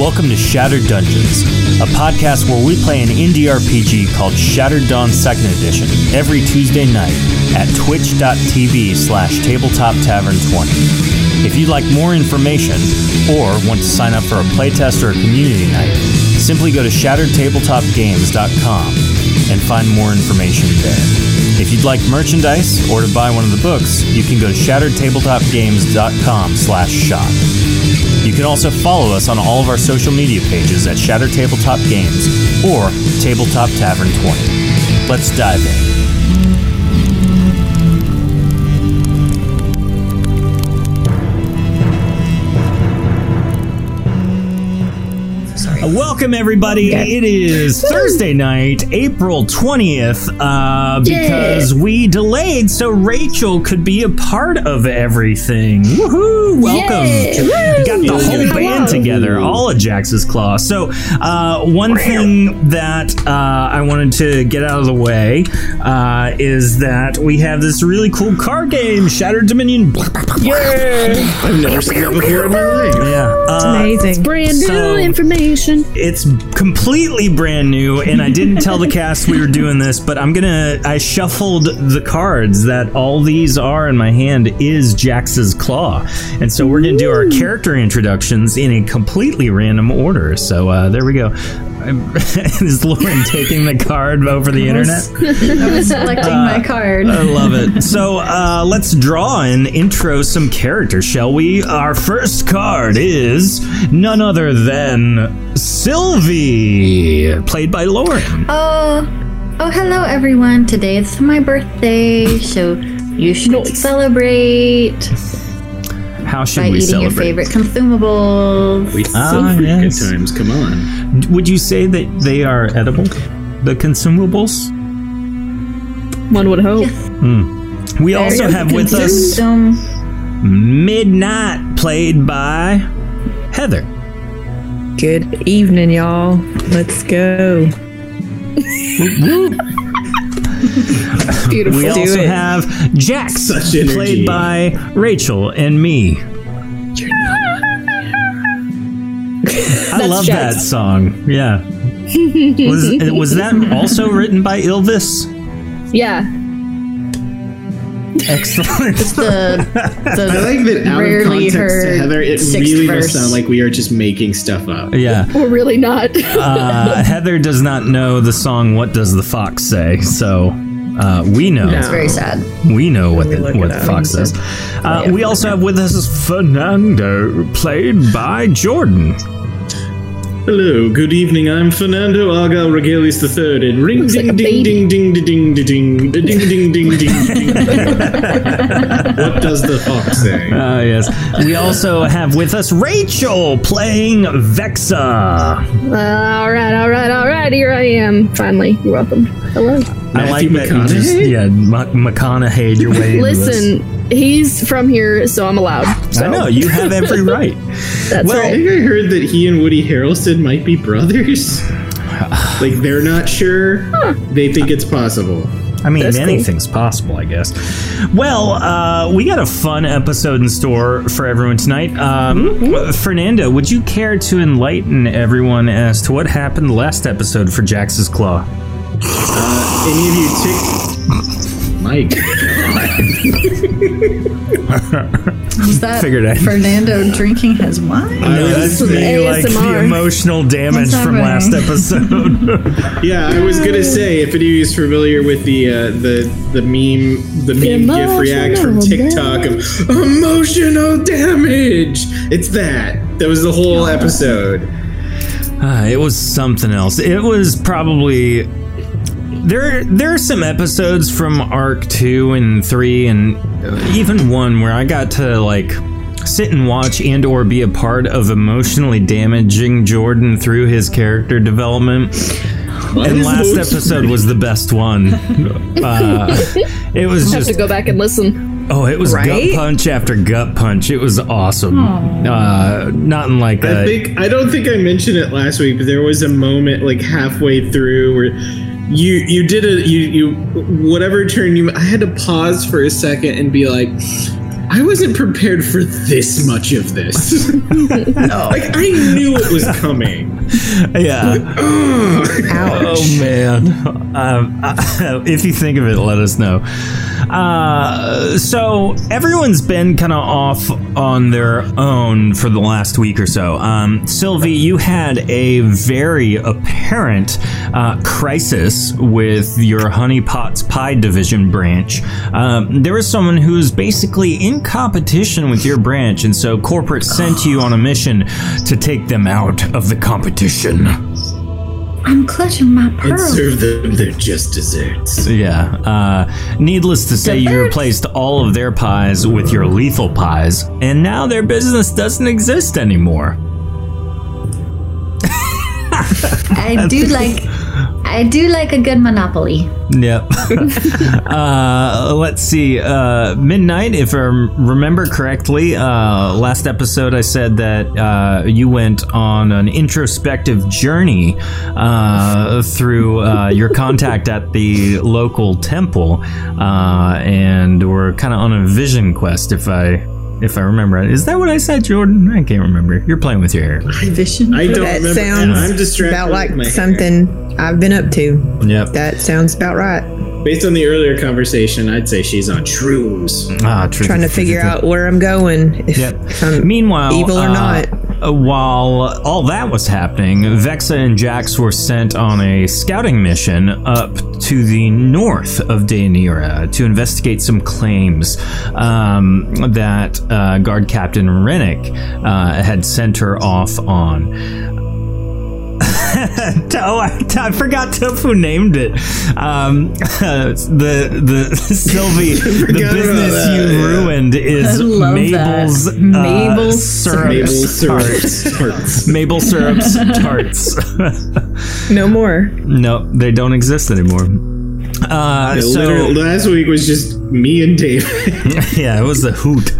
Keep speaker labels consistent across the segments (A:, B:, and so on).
A: Welcome to Shattered Dungeons, a podcast where we play an indie RPG called Shattered Dawn Second Edition every Tuesday night at twitch.tv slash tabletoptavern20. If you'd like more information or want to sign up for a playtest or a community night, simply go to shatteredtabletopgames.com and find more information there. If you'd like merchandise or to buy one of the books, you can go to shatteredtabletopgames.com slash shop. You can also follow us on all of our social media pages at Shattered Tabletop Games or Tabletop Tavern 20. Let's dive in. Uh, Welcome, everybody.
B: Okay.
A: It is Thursday night, April 20th, uh, because we delayed so Rachel could be a part of everything. Woohoo! Welcome.
B: Yay.
A: We got the whole
B: Hello.
A: band together, all of Jax's Claw. So, uh, one thing that uh, I wanted to get out of the way uh, is that we have this really cool card game, Shattered Dominion. Yay!
C: I've never seen that before in my life.
A: Yeah. uh,
B: Amazing.
D: brand new
A: So-
D: information.
A: it's completely brand new and i didn't tell the cast we were doing this but i'm gonna i shuffled the cards that all these are in my hand is jax's claw and so we're gonna do our character introductions in a completely random order so uh, there we go I'm- is lauren taking the card over the internet
B: I was selecting my card.
A: I love it. So uh, let's draw and intro some characters, shall we? Our first card is none other than Sylvie, played by Lauren.
B: Uh, Oh, oh, hello everyone. Today it's my birthday, so you should celebrate
A: How should
B: by
A: we
B: eating
A: celebrate?
B: your favorite consumables.
C: We
A: Ah,
C: celebrate
A: yes.
C: good times. Come on.
A: Would you say that they are edible? The consumables.
D: One would hope.
A: Hmm. We also have with us
B: Consume.
A: Midnight, played by Heather.
E: Good evening, y'all. Let's go. Beautiful.
A: We
E: Do
A: also
E: it.
A: have Jax,
C: Such energy.
A: played by Rachel and me. I love that song. Yeah. was, was that also written by Ilvis?
D: Yeah.
A: Excellent.
B: The, the
C: I like that out of
B: Rarely
C: context to
B: heard
C: Heather, it
B: sixth
C: really does
B: verse.
C: sound like we are just making stuff up.
A: Yeah.
D: We're really not.
A: Uh, Heather does not know the song What Does the Fox Say? So uh, we know.
B: it's very sad.
A: We know what the,
E: look
A: what
E: it
A: the
E: up.
A: fox says. Uh, we also have with us Fernando, played by Jordan.
C: Hello, good evening. I'm Fernando Argal Regalis III, and ring
D: Looks like
C: ding
D: a
C: ding
D: baby.
C: ding ding ding ding ding ding ding ding ding ding ding. What does the fox say?
A: Ah, yes. We also have with us Rachel playing Vexa.
D: Uh, all right, all right, all right. Here I am. Finally, you're welcome. Hello.
A: I like
C: Matthew
A: that you just
C: McConaughey?
A: yeah Ma- McConaughey your way. into this.
D: Listen, he's from here, so I'm allowed. So
A: I know you have every right.
D: That's
A: well,
C: I
D: right.
C: think I heard that he and Woody Harrelson might be brothers. Like they're not sure. They think it's possible.
A: I mean,
D: That's cool.
A: anything's possible, I guess. Well, uh, we got a fun episode in store for everyone tonight. Um,
B: Mm-hmm.
A: Fernando, would you care to enlighten everyone as to what happened last episode for Jax's Claw?
C: Any of you tick Mike.
B: Is that
A: Figured I-
B: Uh, Fernando drinking his wine?
C: I was
A: that's
D: the ASMR.
A: emotional damage
B: That's
A: from
B: all right.
A: last episode.
C: Yeah, I was gonna say if any of you is familiar with the uh, the the meme the meme gif react from TikTok of emotional damage, it's that. That was the whole episode.
A: Uh, it was something else. It was probably there. There are some episodes from Arc two and three, and even one where I got to like sit and watch and or be a part of emotionally damaging Jordan through his character development. And last episode was the best one. Uh, it was
D: I have
A: just
D: to go back and listen.
A: oh, it was
E: Right?
A: gut punch after gut punch. It was awesome. Uh, not in like
C: I
A: a-
C: think I don't think I mentioned it last week, but there was a moment like halfway through where you you did a you you whatever turn you I had to pause for a second and be like I wasn't prepared for this much of this. Like I knew it was coming.
A: Yeah. Oh man. Um, if you think of it, let us know. Uh, so everyone's been kind of off on their own for the last week or so. Um, Sylvie, you had a very apparent uh, crisis with your Honeypots Pie division branch. Um, there was someone who was basically in competition with your branch, and so corporate sent you on a mission to take them out of the competition.
B: I'm clutching my
C: And
B: pearls.
C: serve them their just desserts.
A: Yeah. Uh, needless to say, you
B: Desserts.
A: replaced all of their pies with your lethal pies, and now their business doesn't exist anymore.
B: I do like, I do like a good Monopoly.
A: Yep. uh, let's see. Uh, Midnight, if I rem- remember correctly, uh, last episode I said that uh, you went on an introspective journey uh, through uh, your contact at the local temple, uh, and we're kind of on a vision quest. If I if I remember, is that what I said, Jordan? I can't remember. You're playing with your hair.
E: Vision.
C: I don't
E: that
C: remember.
E: sounds
C: I'm distracted
E: about
C: with
E: like
C: my hair.
E: something I've been up to.
A: Yep.
E: That sounds about right.
C: Based on the earlier conversation, I'd say she's on shrooms.
A: Ah, truth-
E: Trying to figure out where I'm going. If,
A: Yep.
E: if
C: Um,
E: I'm
A: Meanwhile,
E: evil or
A: uh,
E: not.
A: uh, while all that was happening, Vexa and Jax were sent on a scouting mission up to the north of Dainera to investigate some claims um, that uh, guard captain Rennick uh, had sent her off on. oh, I, I forgot Tofu named it. Um, the the Sylvie, the
C: Forgot about
A: business
C: that,
A: you
C: yeah.
A: ruined is
B: love
A: Mabel's
B: that.
A: uh,
B: Mabel
A: syrup.
C: Mabel syrups. tarts.
A: Mabel syrups tarts.
E: No more.
A: no, they don't exist anymore. Uh,
C: Yeah,
A: so
C: literally, last week was just me and David.
A: yeah, it was a hoot.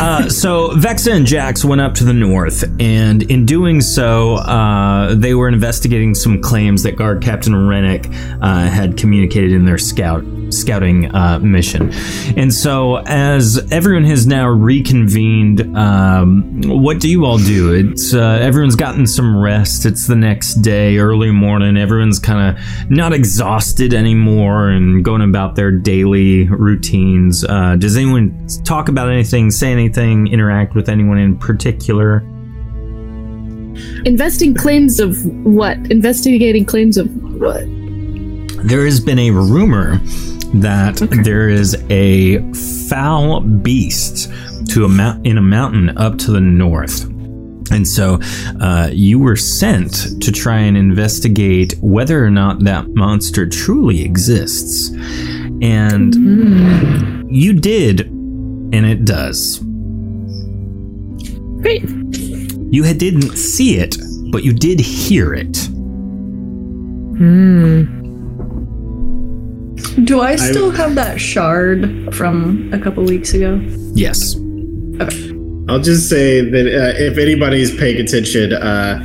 A: Uh, so Vexa and Jax went up to the north, and in doing so, uh, they were investigating some claims that guard captain Rennick uh, had communicated in their scout scouting uh, mission. And so, as everyone has now reconvened, um, what do you all do? It's uh, everyone's gotten some rest. It's the next day, early morning. Everyone's kind of not exhausted anymore and going about their daily routines. Uh, does anyone talk about anything, say anything, interact with anyone in particular?
D: Investing claims of what? Investigating claims of what?
A: There has been a rumor that there is a foul beast to a mount in a mountain up to the north. And so uh, you were sent to try and investigate whether or not that monster truly exists. And you did, and it does.
D: Great.
A: You had, didn't see it, but you did hear it.
F: Do I still have that shard from a couple weeks ago?
A: Yes.
C: I'll just say that uh, if anybody's paying attention, uh,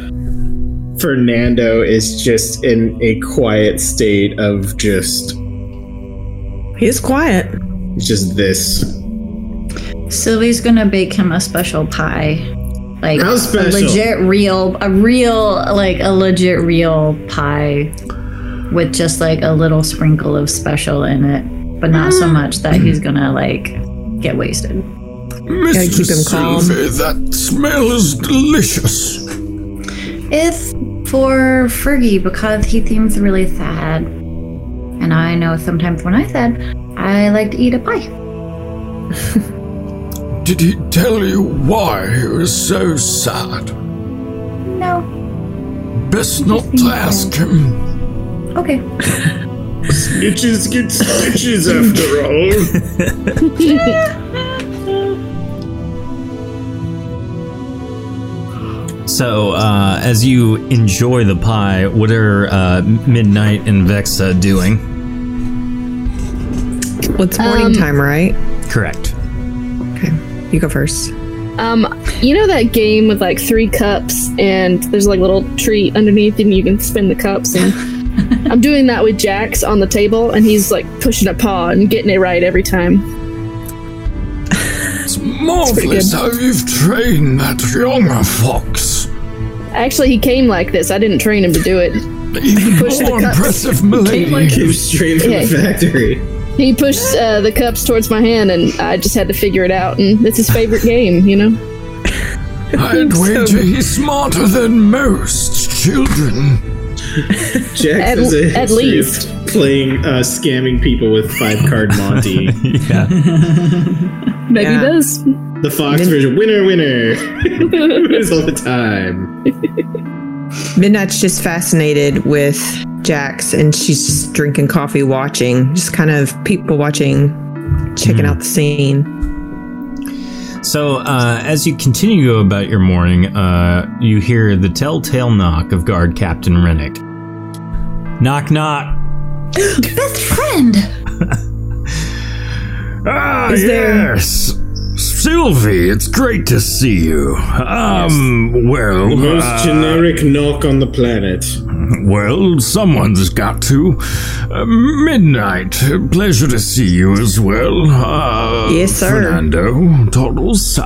C: Fernando is just in a quiet state of just
E: He's quiet.
C: just this.
B: Sylvie's gonna bake him a special pie, like
C: How
B: a
C: special?
B: legit real, a real like a legit real pie, with just like a little sprinkle of special in it, but not so much that he's gonna like get wasted.
E: Gotta keep him calm.
B: It's for Fergie because he seems really sad, and I know sometimes when I'm sad, I like to eat a pie.
G: Did he tell you why he was so sad?
B: No,
G: Best not to ask him.
B: okay.
C: Itches get stitches after all.
A: So, uh, as you enjoy the pie, what are uh, Midnight and Vexa doing?
E: Well, it's morning time, right?
A: Correct.
E: Okay. You go first.
D: Um, you know that game with like three cups and there's like a little tree underneath and you can spin the cups and I'm doing that with Jax on the table and he's like pushing a paw and getting it right every time.
G: It's
A: Marvelous how you've trained that younger fox.
D: Actually, he came like this. I didn't train him to do it.
A: Even
D: Push the
A: more
D: cup.
A: impressive, milady.
C: Came straight from
D: Yeah.
C: the factory.
D: He pushed uh, the cups towards my hand, and I just had to figure it out. And it's his favorite game, you know.
A: I'd wager he's smarter than most children.
C: Jax
D: At-
C: has a
D: at
C: history of
D: least.
C: playing uh, scamming people with five card Monty.
H: Yeah.
D: Maybe
E: Yeah.
D: he does.
C: the Fox
E: Min-
C: version, winner, winner, wins all the time.
E: Midnight's just fascinated with Jax, and she's just drinking coffee, watching, just kind of people watching, checking
A: Mm-hmm.
E: out the scene.
H: So, uh, as you continue about your morning, uh, you hear the telltale knock of guard Captain Rennick. Knock, knock.
B: Best friend!
A: Ah,
E: Is there-
A: yes. Sylvie, it's great to see you. Um, well,
C: The most
A: uh,
C: generic knock on the planet.
A: Well, someone's got to. Uh, midnight. Pleasure to see you as well. Uh,
E: Yes, sir.
A: Fernando, Toddles, uh,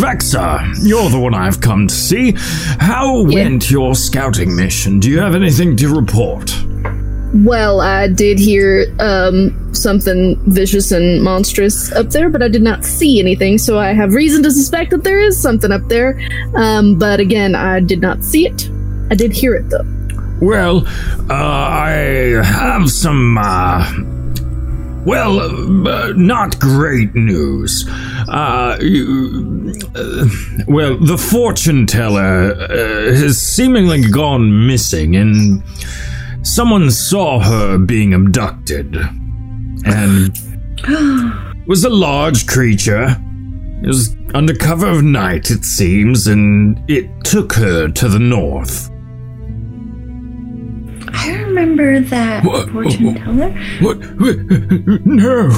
A: Vexa. You're the one I've come to see. How went your scouting mission? Do you have anything to report?
D: Well, I did hear um, something vicious and monstrous up there, but I did not see anything, so I have reason to suspect that there is something up there. Um, but again, I did not see it. I did hear it though.
A: Well, uh, I have some, uh, well, uh, not great news. Uh, you, uh, well, the fortune teller uh, has seemingly gone missing, and someone saw her being abducted. And it was a large creature. It was under cover of night, it seems, and it took her to the north.
B: I remember that
A: What?
B: fortune teller.
A: What? No!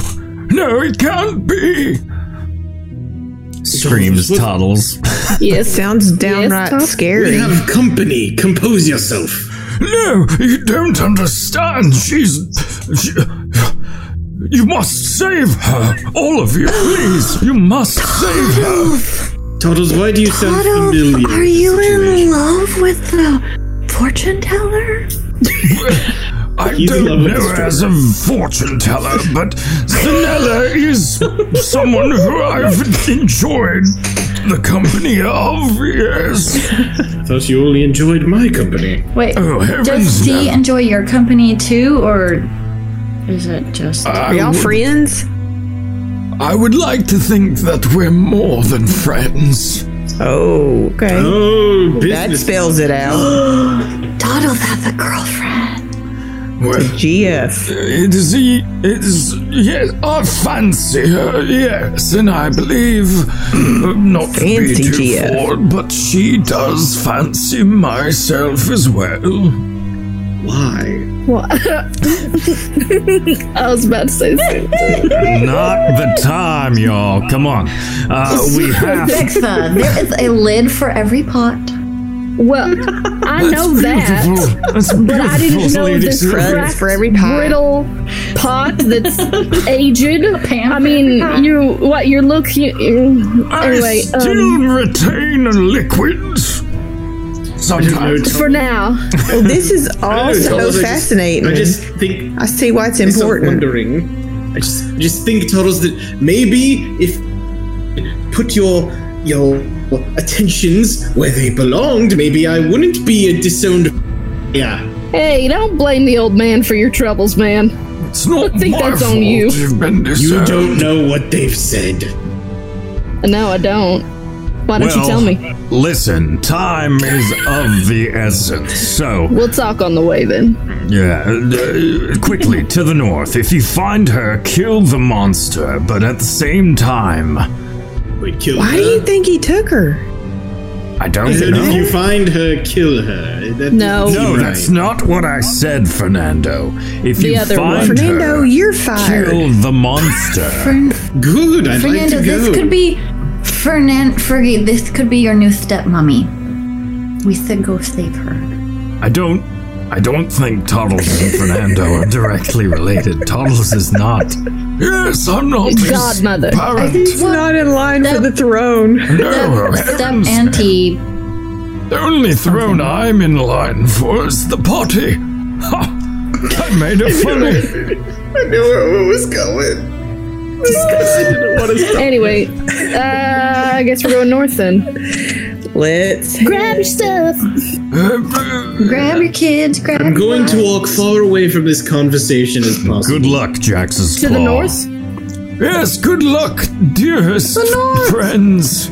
A: No, it can't be!
H: Screams Toddles.
D: Yes.
E: Sounds downright
D: Tom?
E: scary.
C: have company. Compose yourself.
A: No, you don't understand. She's. She, you must save her! All of you, please! You must save her!
C: Toddles, why do you sound familiar?
B: Are
C: with
B: you
C: the situation?
B: in love with the fortune teller?
A: I
C: He's in love
A: don't
C: with
A: know
C: this
A: her as a fortune teller, but Zanella is someone who I've enjoyed the company of, yes.
C: Thought you only enjoyed my company.
B: Wait,
A: Oh,
B: does
A: heavens,
B: D
A: no.
B: enjoy your company too, or is it just.
A: Uh,
E: Are y'all friends?
A: I would like to think that we're more than friends.
E: Oh, okay.
C: Oh,
E: that
C: business.
E: spells it out.
B: Toddles has a girlfriend.
A: Well,
E: GF.
A: it is, e- it is, yes, I fancy her, yes, and I believe, uh, not to be
E: Fancy
A: too
E: Gia.
A: forward, but she does fancy myself as well.
C: Why?
D: I was about to say the same thing.
H: Not the time, y'all. Come on. Uh, we have.
B: Vexa, there is a lid for every pot.
D: Well, I know that.
A: Beautiful. That's beautiful.
D: But I didn't know
A: lady.
D: this cracked,
E: for every pot.
D: brittle pot that's aged.
B: pamper
D: I mean, you what your look? You, you-
A: I
D: anyway,
A: still
D: um,
A: retain liquids. Sometimes.
D: for now,
E: Well, Oh, this is all
C: I
E: so
C: just-
E: fascinating.
C: I just think
E: I see why it's
C: I'm
E: important.
C: wondering. I just, I just think, Toddles, that maybe if put your your attentions where they belonged, maybe I wouldn't be a disowned. Yeah,
D: hey, don't blame the old man for your troubles, man.
A: It's not
D: I think
A: my
D: that's on
A: fault
D: you.
A: You've been
C: you
A: disowned.
C: don't know what they've said.
D: No, I don't. Why don't you
A: Well,
D: tell me?
A: Listen, time is of the essence. So,
D: We'll talk on the way then.
A: yeah, uh, quickly to the north. If you find her, kill the monster, but at the same time,
C: Wait, kill
E: Why
C: her.
E: do you think he took her?
A: I don't
C: I said, if you
A: know.
C: find her, kill her. That
D: No.
C: doesn't
A: No,
C: seem
A: that's
C: right.
A: not what I said, Fernando. If
D: The
A: you
D: other
A: find
D: one.
E: Fernando,
A: her,
E: you're fired.
A: kill the monster.
C: good. I'd
B: Fernando,
C: like to go.
B: this could be. Fernan, Fergie, this could be your new stepmommy. We said go save her.
A: I don't. I don't think Toddles and Fernando are directly related. Toddles is not.
G: Yes, I'm not his
D: Godmother.
G: parent.
E: He's not in line for the throne.
A: Oh,
G: No,
F: Step, step
G: heavens.
F: auntie.
G: The only throne I'm in line for is the potty. Ha! I made it funny.
C: I knew where it was going. Just 'cause I didn't want to stop.
D: Anyway, uh, I guess we're going north then.
E: Let's.
D: Grab your stuff.
G: uh,
F: Grab your kids. Grab.
C: I'm
F: your
C: going to
F: wife.
C: walk far away from this conversation as possible.
G: Good luck, Jax's
D: To the north?
G: Yes, good luck, dearest friends.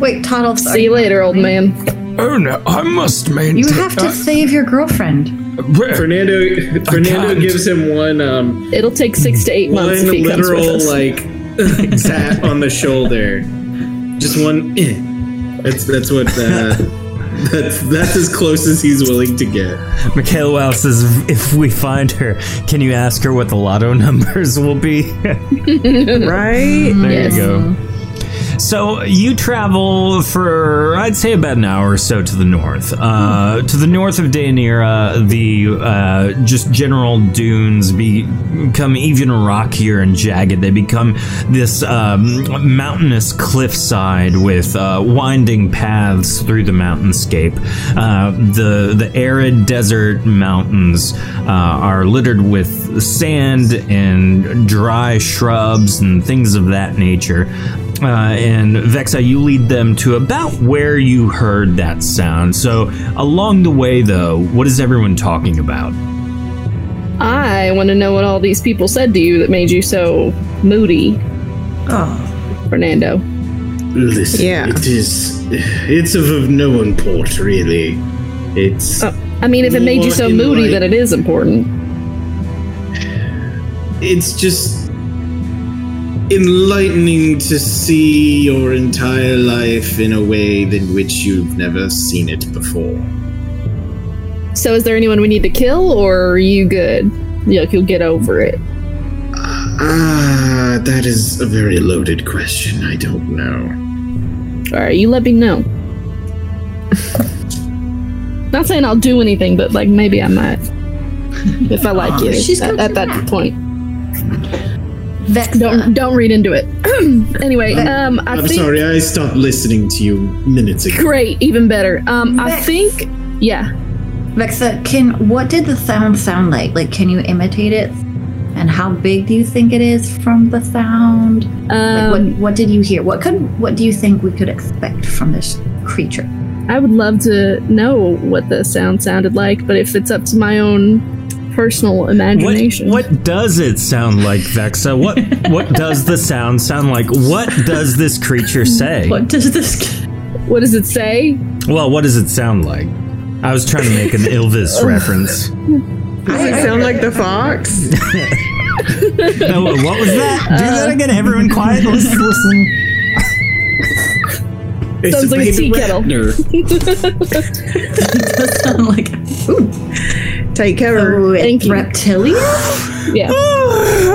F: Wait, Toddle.
D: See you later, old man.
G: Oh no, I must maintain.
F: You have to save your girlfriend.
G: Uh, where-
C: Fernando Fernando
G: can't.
C: gives him one um
D: It'll take six to eight months
C: one
D: if he comes with
C: literal
D: us.
C: like tap on the shoulder. Just one eh. That's that's what uh, that's that's as close as he's willing to get.
A: Michaela Wow says, if we find her, can you ask her what the lotto numbers will be? there
E: Right?
A: you go. So you travel for, I'd say, about an hour or so to the north. Uh, to the north of Danira, the uh, just general dunes be, become even rockier and jagged. They become this um, mountainous cliffside with uh, winding paths through the mountainscape. Uh, the the arid desert mountains uh, are littered with sand and dry shrubs and things of that nature. Uh, and Vexa, you lead them to about where you heard that sound. So along the way, though, what is everyone talking about?
D: I want to know what all these people said to you that made you so moody. Fernando.
C: Listen,
E: Yeah.
C: it is it's of, of no import really. It's
D: Oh, I mean, if it made you so
C: More in
D: moody,
C: like-
D: then it is important.
C: it's just enlightening to see your entire life in a way in which you've never seen it before.
D: So, is there anyone we need to kill, or are you good? You like, you'll get over it.
C: Ah, that is a very loaded question. I don't know.
D: All right, you let me know. Not saying I'll do anything, but like maybe I might. If I like you
F: she's
D: at,
F: got
D: at
F: your
D: that
F: back.
D: point.
F: Vexa.
D: Don't don't read into it. anyway, um, I
C: I'm
D: think
C: sorry, I stopped listening to you minutes ago.
D: great, even better. Um, I
F: Vex.
D: think yeah.
F: Vexa, can what did the sound sound like? Like, can you imitate it? And how big do you think it is from the sound? Like,
D: Um,
F: what what did you hear? What could what do you think we could expect from this creature?
D: I would love to know what the sound sounded like, but if it's up to my own personal
A: What,
D: imagination,
A: what does it sound like, Vexa? What what does the sound sound like? What does this creature say?
B: What does this?
D: what does it say?
A: Well, what does it sound like? I was trying to make an Ilvis reference.
E: Does it sound like the fox?
A: No, what was that? Do that again. Everyone quiet. Let's listen.
C: It's
D: Sounds like a
C: baby
D: tea kettle.
C: Ratner.
B: does sound like?
E: Take cover.
C: Oh,
F: Ooh,
D: Thank you.
F: reptilian?
D: Yeah.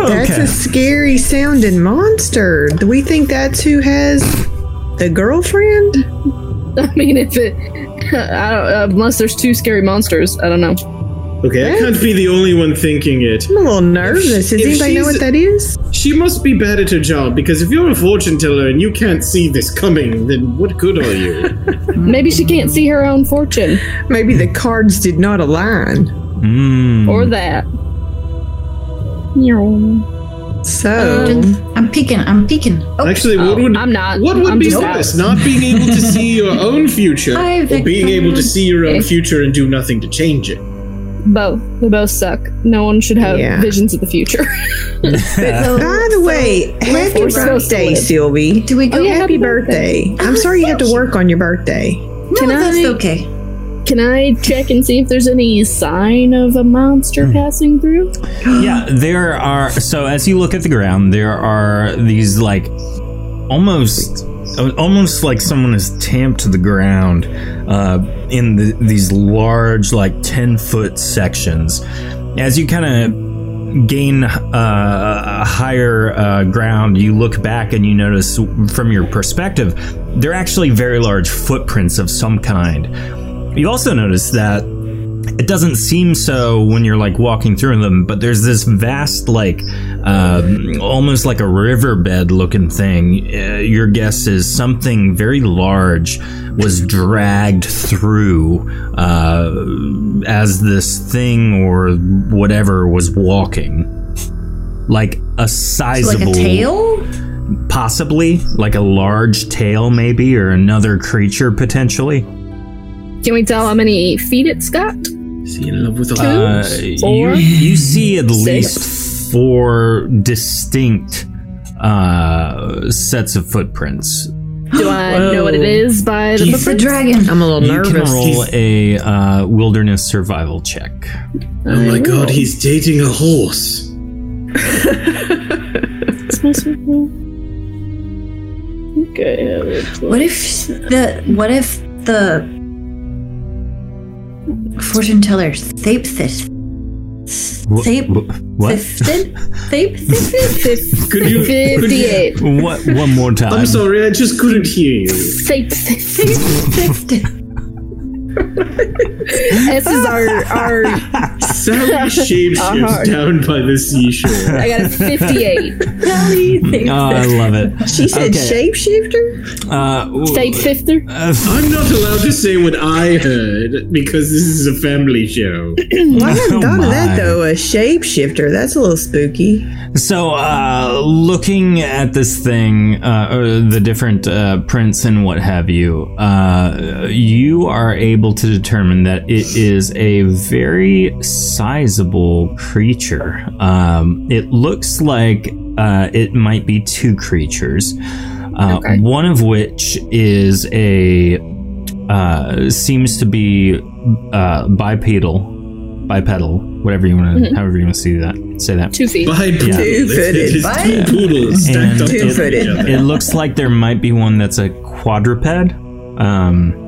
E: That's
A: Okay.
E: a scary sounding monster. Do we think that's who has the girlfriend?
D: I mean, if it, I don't, uh, unless there's two scary monsters, I don't know.
C: Okay, I can't be the only one thinking it.
E: I'm a little nervous. Does
C: if
E: anybody know
C: she's-
E: what that is?
C: She must be bad at her job because if you're a fortune teller and you can't see this coming, then what good are you?
D: Maybe she can't see her own fortune
E: Maybe the cards did not align.
A: Mm.
D: or that.
E: So
C: Um,
F: I'm peeking. I'm peeking. Oh,
C: Actually, what would
D: I'm not.
C: what would
D: I'm
C: be
D: just
C: worse? Not being able to see your own future
F: Hi,
C: or being
F: Victor.
C: able to see your own
D: Okay.
C: future and do nothing to change it.
D: Both. They both suck. No one should have
E: Yeah.
D: visions of the future.
F: so-
E: by the way, happy
D: we're supposed to
E: birthday,
D: live.
E: Sylvie.
F: do we go?
D: Oh, yeah,
E: Happy
D: happy birthday.
E: birthday. I'm sorry you have to work on your birthday.
B: Oh,
F: No,
D: Can
F: that's
D: I-
F: okay.
D: Can I check and see if there's any sign of a monster passing through?
A: Yeah, there are. So as you look at the ground, there are these like almost, almost like someone is tamped to the ground uh, in the, these large, like ten foot sections. As you kind of gain uh, higher uh, ground, you look back and you notice from your perspective, they're actually very large footprints of some kind. You also notice that it doesn't seem so when you're like walking through them, but there's this vast, like, um almost like a riverbed looking thing. Uh, your guess is something very large was dragged through uh, as this thing or whatever was walking. Like a
B: Like
A: sizable
B: a tail?
A: possibly like a large tail maybe or another creature potentially
D: Can we tell how many feet it's got?
C: Is he in love with a
A: uh, you,
D: four,
A: you see at least four distinct uh sets of footprints
D: Do I know what it is by the
B: It's a dragon.
E: I'm a little
A: you
E: nervous.
A: can roll a uh, wilderness survival check
C: Oh my god, he's dating a horse.
B: What if the what if the fortune teller Thapsis
A: Wh-
B: Thap-
A: wh- what
B: Thapsid? Thapsis?
C: Could you? could you-
D: 58.
A: what one more time
C: I'm sorry, I just couldn't hear you.
D: Safe, safe, this is our, our.
C: Sally shapeshifts down by the seashore.
D: I got a 58.
A: oh, i love it
E: She said
A: Okay.
E: shapeshifter?
A: uh, w-
D: Safe, fifter.
A: uh,
C: I'm not allowed to say what I heard because this is a family show.
E: Well, I haven't
A: Oh
E: thought of
A: my.
E: that though. A shapeshifter. That's a little spooky.
A: So, uh, looking at this thing, uh, or the different uh, prints and what have you, uh, you are able to determine that it is a very sizable creature. Um, it looks like uh, it might be two creatures, uh, one of which is a uh, seems to be uh, bipedal, bipedal, whatever you want to, however you want to see that, say that.
D: Two feet.
C: By poodle.
E: Two-footed.
C: It's just two poodles stacked on top of each
E: Two-footed.
C: other.
A: it looks like there might be one that's a quadruped, um,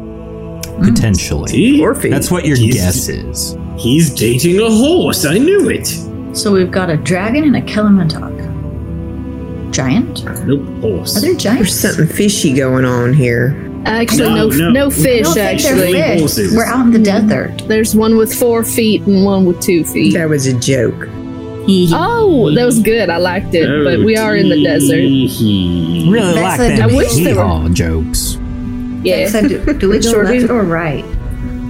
A: potentially.
C: See?
E: Or feet.
A: That's what your
C: He's-
A: guess is.
C: He's dating a horse. I knew it.
B: So we've got a dragon and a Kelimantok. Giant?
C: Nope, horse.
B: Are there
E: There's
B: giants?
E: something fishy going on here.
D: Actually,
C: No,
D: no, no,
C: no.
B: I
D: fish,
B: don't think they're
D: actually.
B: fish.
C: Horses.
B: We're out in the desert.
D: There's one with four feet and one with two feet.
E: That was a joke.
D: Oh, that was good. I liked it. but we are in the desert.
C: desert.
A: Really
B: That's
A: like
B: a-
A: them
D: I wish they were-
A: hee-haw jokes.
D: Yeah.
B: So do, do we go
D: Sure.
B: left or right?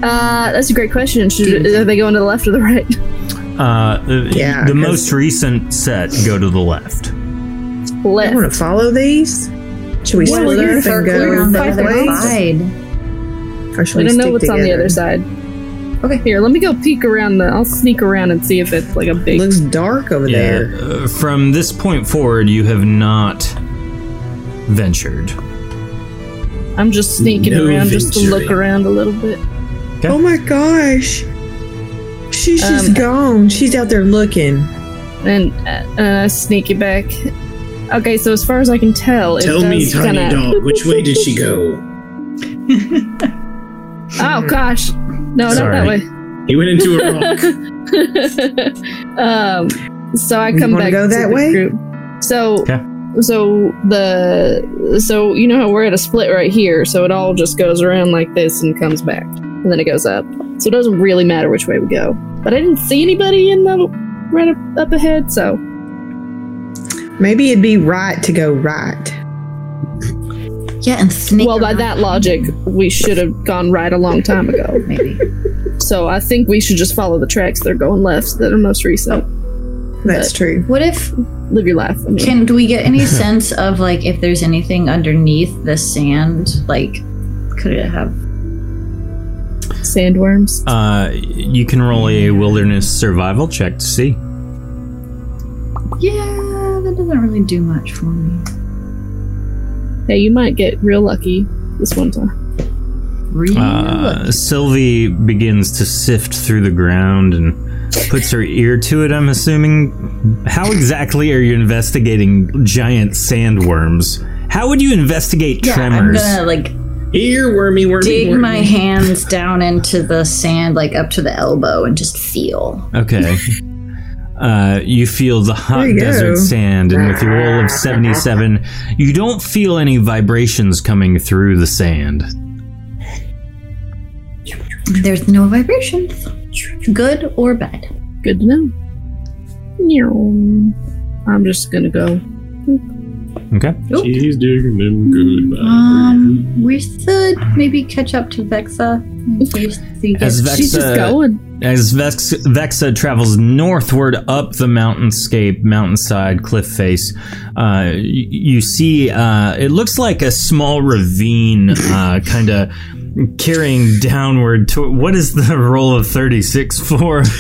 D: Uh, that's a great question. Should, are they going to the left or the right?
A: Uh,
E: Yeah,
A: the
E: 'cause-
A: most recent set go to the left.
E: I want
D: Left.
E: to follow these. Should we
D: Well,
E: split
D: you're
E: up and
D: circling
E: go
B: On the
D: Five
E: both
B: other
D: ways?
B: side.
E: Or should
D: We
E: we
D: don't know
E: stick
D: what's on the
E: together?
D: other side. Okay, here, let me go peek around the. I'll sneak around and see if it's like a big.
E: Looks dark over there.
A: Uh, from this point forward, you have not ventured.
D: I'm just sneaking
C: No
D: around just to
C: venturing.
D: look around a little bit.
E: Oh my gosh. She's just
D: Um,
E: gone. She's out there looking.
D: And uh, uh, sneak it back. Okay, so as far as I can tell, it
C: Tell
D: does
C: me, tiny
D: kinda-
C: dog, which way did she go?
D: Oh gosh, no, not that
A: Sorry.
D: way.
C: He went into a rock.
D: um, so I
E: You
D: come
E: wanna
D: back
E: go
D: to
E: that
D: the
E: way?
D: Group. So,
A: Okay.
D: so the so you know how we're at a split right here, so it all just goes around like this and comes back, and then it goes up. So it doesn't really matter which way we go. But I didn't see anybody in the right up, up ahead, so
E: Maybe it'd be right to go right.
B: Yeah, and sneak.
D: well by
B: around,
D: that logic, we should have gone right a long time ago.
B: maybe.
D: So I think we should just follow the tracks. They're going left that are most recent.
E: That's true.
B: What if
D: Live your life. I mean,
B: Can do we get any sense of like if there's anything underneath the sand? Like, could it have?
D: sandworms.
A: Uh, you can roll a wilderness survival check to see.
B: Yeah, that doesn't really do much for me.
D: Hey, you might get real lucky this one time.
B: Really?
A: Uh, Sylvie begins to sift through the ground and puts her ear to it, I'm assuming. How exactly are you investigating giant sandworms? How would you investigate
B: yeah, I'm
A: tremors?
B: gonna like
C: Here, wormy, wormy,
B: dig
C: wormy.
B: my hands down into the sand, like up to the elbow, and just feel.
A: Okay. Uh, you feel the hot
E: There you
A: desert
E: go.
A: sand, and with your roll of 77, you don't feel any vibrations coming through the sand.
F: There's no vibrations, good or bad.
D: Good to know. Meow. I'm just gonna go.
A: Okay.
C: She's doing them good. by
F: Um, we should maybe catch up to Vexa. and see if she
A: As
F: gets-
A: Vexa,
D: She's just going.
A: As Vex, Vexa travels northward up the mountainscape, mountainside, cliff face, uh, y- you see uh, it looks like a small ravine, uh, kind of carrying downward. To what is the roll of thirty six for?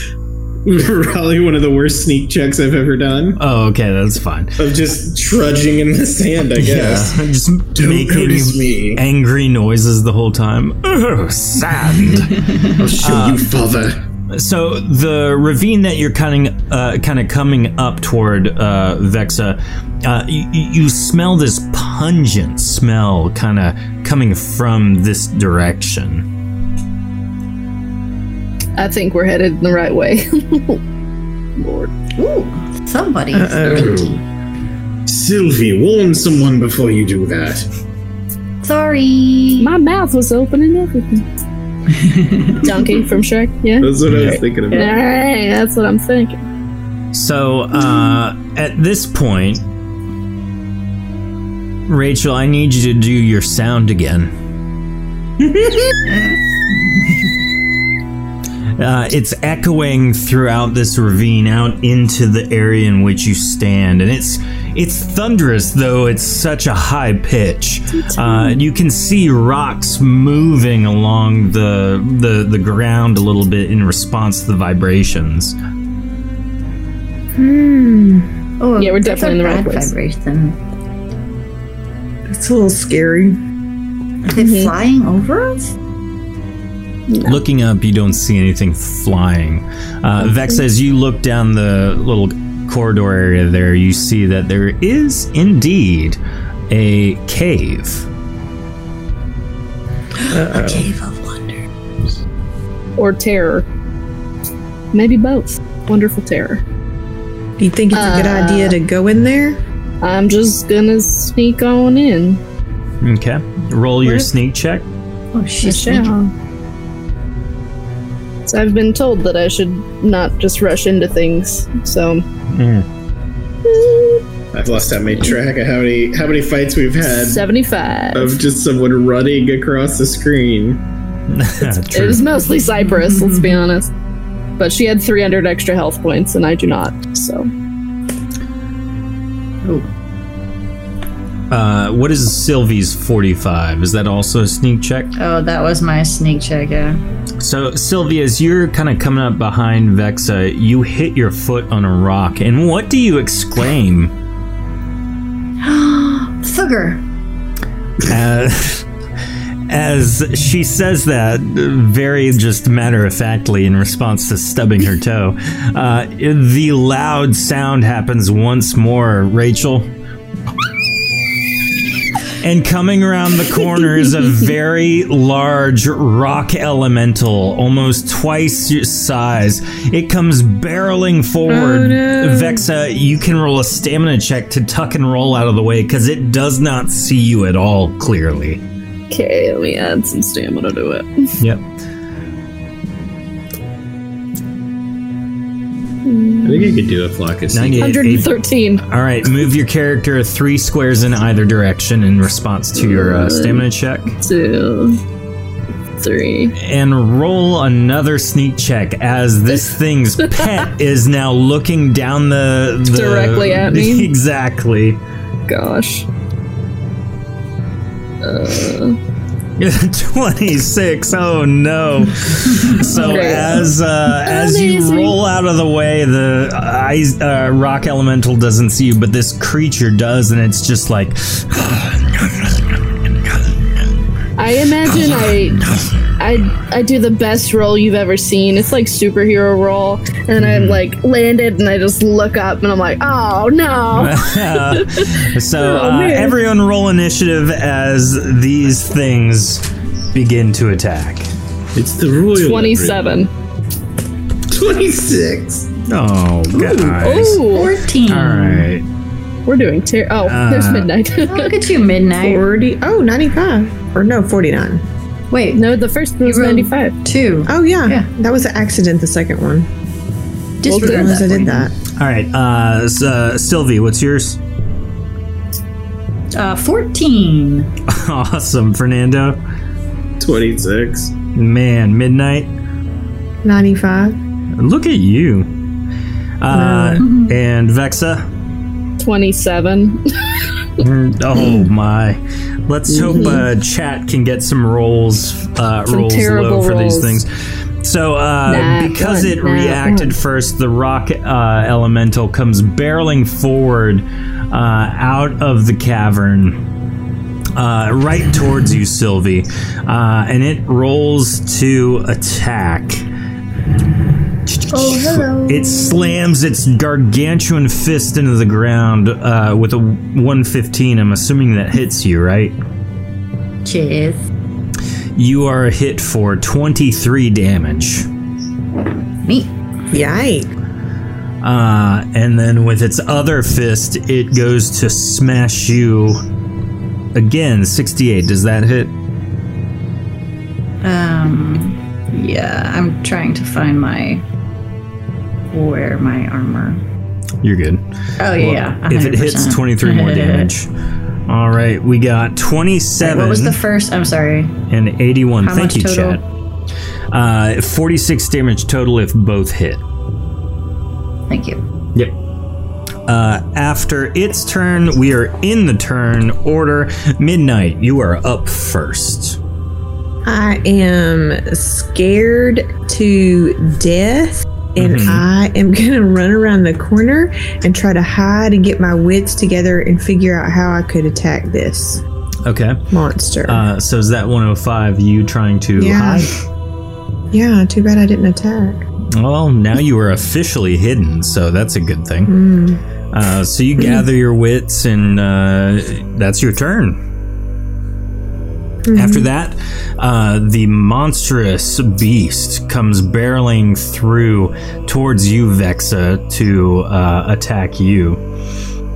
C: Probably one of the worst sneak checks I've ever done
A: Oh, okay, that's fine.
C: of just trudging in the sand. I guess.
A: Yeah, just
C: Don't notice
A: making
C: me.
A: angry noises the whole time. Oh, sand.
C: I'll show you, father.
A: So the ravine that you're cutting, uh, kind of coming up toward uh, Vexa, uh, you, you smell this pungent smell, kind of coming from this direction.
D: I think we're headed in the right way. Lord.
F: Ooh, somebody.
C: Sylvie, warn someone before you do that.
F: Sorry.
D: My mouth was open and everything. Donkey from Shrek, yeah?
C: That's what I was thinking about.
D: Hey, that's what I'm thinking.
A: So uh, at this point, Rachel, I need you to do your sound again. Uh, it's echoing throughout this ravine out into the area in which you stand, and it's it's thunderous though it's such a high pitch. Uh, you can see rocks moving along the, the the ground a little bit in response to the vibrations.
F: Oh,
D: Yeah, we're
F: that's
D: definitely in the
F: a
D: right
F: bad
D: place.
F: Vibration.
E: It's a little scary.
F: Is
D: Mm-hmm.
F: it flying over us?
A: Looking up, you don't see anything flying. Uh, Vex, as you look down the little corridor area there, you see that there is indeed a cave.
F: Cave of Wonder.
D: Or terror. Maybe both. Wonderful terror.
E: Do you think it's a good idea to go in there?
D: I'm just gonna sneak on in.
A: Okay. Roll your sneak check.
F: Oh,
D: I
F: shit.
D: shall. So I've been told that I should not just rush into things. So
C: I've lost that made track of how many how many fights we've had
D: seventy-five.
C: of just someone running across the screen.
D: It was mostly Cypress, let's be honest. But she had 300 extra health points, and I do not. So
A: Uh, what is Sylvie's 45? Is that also a sneak check?
B: Oh, that was my sneak check. Yeah.
A: So, Sylvie, as you're kind of coming up behind Vexa, you hit your foot on a rock. And what do you exclaim?
F: Sugar.
A: as, Uh, as she says that, very just matter of factly, in response to stubbing her toe, uh, the loud sound happens once more, Rachel. And coming around the corner is a very large rock elemental, almost twice your size. It comes barreling forward. Vexa, you can roll a stamina check to tuck and roll out of the way because it does not see you at all clearly.
D: okay, let me add some stamina to it.
A: Yep.
C: I think I could do a flock of
A: 98.
D: 113.
A: All right, move your character three squares in either direction in response to your uh, stamina check.
D: Two, three.
A: and roll another sneak check as this thing's pet is now looking down the, the-
D: Directly at me.
A: Exactly.
D: Gosh.
A: 26. Oh no. So
D: Great.
A: as uh, as you
D: Amazing.
A: roll out of the way, the ice, uh, rock elemental doesn't see you, but this creature does, and it's just like
D: I imagine I, I, I do the best roll you've ever seen. It's like superhero roll, and I'm like landed, and I just look up, and I'm like, oh no.
A: so.
D: Oh,
A: uh,
D: man.
A: everyone roll initiative as these things begin to attack.
C: It's the royal.
D: 27.
C: Twenty six.
A: Oh guys.
D: Ooh,
F: 14.
A: All right.
D: we're doing ter- Oh, there's
A: Uh,
D: midnight.
B: Look at you, midnight.
E: 40. Oh, 95. Or no, 49.
B: Wait,
D: No, the first one was
B: rolled-
D: 95.
B: two.
E: Oh yeah,
B: Yeah.
E: that was an accident. The second one.
B: Disregard
E: Because I
B: that.
E: did that.
A: All right, uh, s- uh, Sylvie, what's yours?
B: Uh, 14.
A: awesome, Fernando.
C: 26.
A: Man, midnight.
E: Ninety-five.
A: Look at you. Uh,
D: Mm-hmm.
A: and Vexa.
D: 27.
A: Mm, Oh
D: Mm-hmm.
A: my. Let's hope uh, chat can get some rolls, uh,
D: Some
A: rolls low
D: terrible
A: for
D: rolls.
A: these things. So uh,
D: Nah,
A: because
D: come on,
A: it
D: nah,
A: reacted first, the rock uh, elemental comes barreling forward uh, out of the cavern. uh, right towards you, Sylvie, uh, and it rolls to attack. Oh, hello. It slams its gargantuan fist into the ground uh, with a 115. I'm assuming that hits you, right?
B: Cheers.
A: You are hit for 23 damage.
B: Neat.
E: Yikes.
A: Uh, and then with its other fist, it goes to smash you again. 68. Does that hit?
B: Um, yeah, I'm trying to find my. Where my armor.
A: You're good.
B: Oh,
A: Well,
B: yeah.
A: If it hits
B: 100%.
A: 23 more damage. All right, we got 27
B: What was the first? I'm sorry.
A: and 81.
B: How
A: Thank
B: much
A: you,
B: total?
A: Chad. Uh, 46 damage total if both hit.
B: Thank you.
A: Yep. Uh, after its turn, we are in the turn order. Midnight, you are up first.
E: I am scared to death. And I am gonna run around the corner and try to hide and get my wits together and figure out how I could attack this
A: Okay.
E: monster.
A: Uh, so is that 105 you trying to
E: Yeah.
A: hide?
E: yeah, too bad I didn't attack.
A: Well, now you are officially hidden, so that's a good thing. Uh, so you gather your wits, and uh, that's your turn. After that, uh, the monstrous beast comes barreling through towards you, Vexa, to uh, attack you.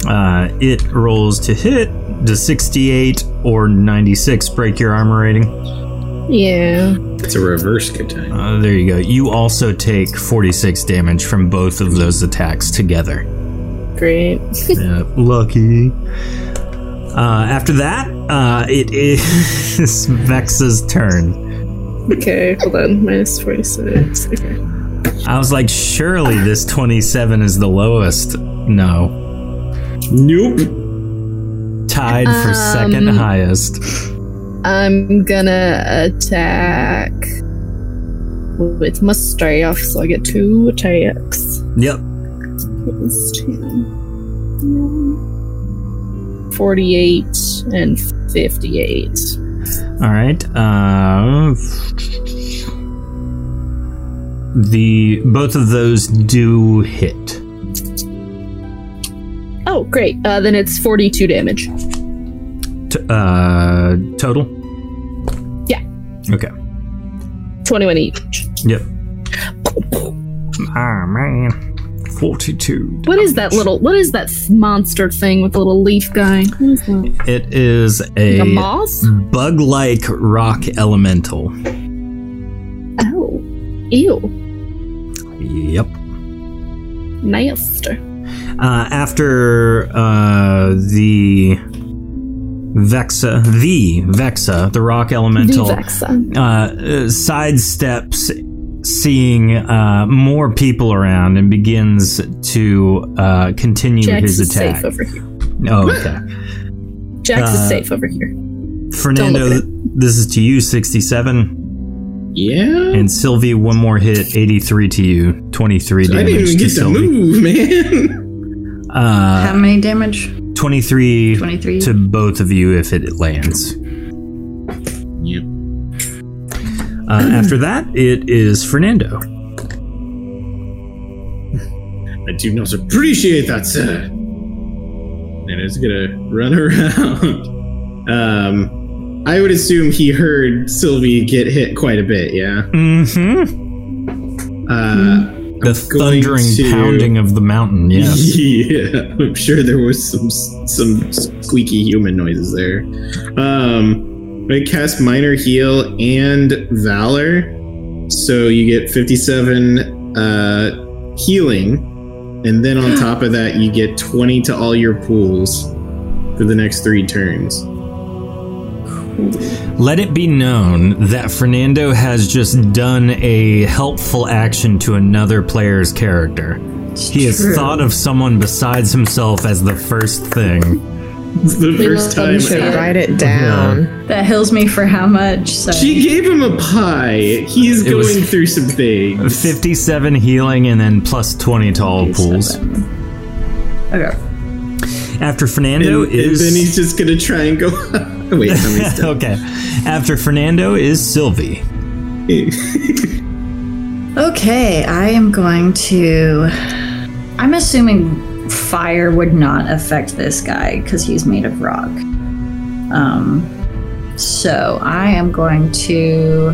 A: Uh, it rolls to hit. Does 68 or 96 break your armor rating?
D: Yeah.
C: It's a reverse good time.
A: Uh, there you go. You also take 46 damage from both of those attacks together.
D: Great.
A: Yeah, lucky. Uh, after that, uh, it is Vex's turn.
D: Okay, hold on. Minus 46. Okay.
A: I was like, surely this 27 is the lowest. No.
C: Nope.
A: Tied for second
D: Um,
A: highest.
D: I'm gonna attack with my staff, so I get two attacks.
A: Yep.
D: Plus two. 48 and 58.
A: All right. Uh, the both of those do hit.
D: Oh, great. Uh, then it's 42 damage.
A: T- uh, total.
D: Yeah.
A: Okay.
D: 21 each.
A: Yep. Ah man, forty-two.
D: What is that little, what is that monster thing with the little leaf guy? What is that?
A: It is
D: Like a
A: a
D: moth?
A: bug like rock elemental.
D: Oh. Ew.
A: Yep.
D: Nasty.
A: Uh, after uh, the Vexa, the Vexa, the rock elemental,
D: Vexa.
A: uh, uh, sidesteps seeing uh, more people around and begins to uh, continue
D: Jax
A: his
D: is
A: attack.
D: safe over here.
A: Oh, okay.
D: Jax
A: Uh,
D: is safe over here.
A: Fernando,
D: look at
A: this is to you, 67.
C: Yeah.
A: And Sylvie, one more hit, 83 to you, 23
C: I
A: damage
C: didn't even
A: to
C: get to
A: Sylvie.
C: move, man.
A: Uh,
B: How many damage?
A: 23,
B: 23?
A: to both of you if it lands.
C: Yep.
A: Uh,
C: Hmm.
A: after that, it is Fernando.
C: I do not appreciate that, sir. And it's gonna run around. um, I would assume he heard Sylvie get hit quite a bit. Yeah.
A: Mm-hmm.
C: Uh,
A: The
C: going
A: thundering
C: to- Hmm.
A: pounding of the mountain. Yes.
C: yeah. I'm sure there was some some squeaky human noises there. Um, I cast Minor Heal and Valor, so you get 57 uh, healing, and then on top of that, you get 20 to all your pools for the next three turns.
A: Let it be known that Fernando has
C: Hmm.
A: just done a helpful action to another player's character. he has thought of someone besides himself as the first thing.
C: It's the first
B: love
C: time.
B: you,
E: Should
B: Yeah.
E: write it down.
B: That heals me for how much? So
C: She gave him a pie. He's
A: It
C: going
A: was-
C: through some things.
A: 57 healing and then plus 20 to all pools.
B: okay.
A: After Fernando
C: And, and
A: is.
C: then he's just gonna try and go. Wait, how many steps?
A: okay. After Fernando is Sylvie.
B: Okay, I am going to. I'm assuming fire would not affect this guy because he's made of rock. Um, so I am going to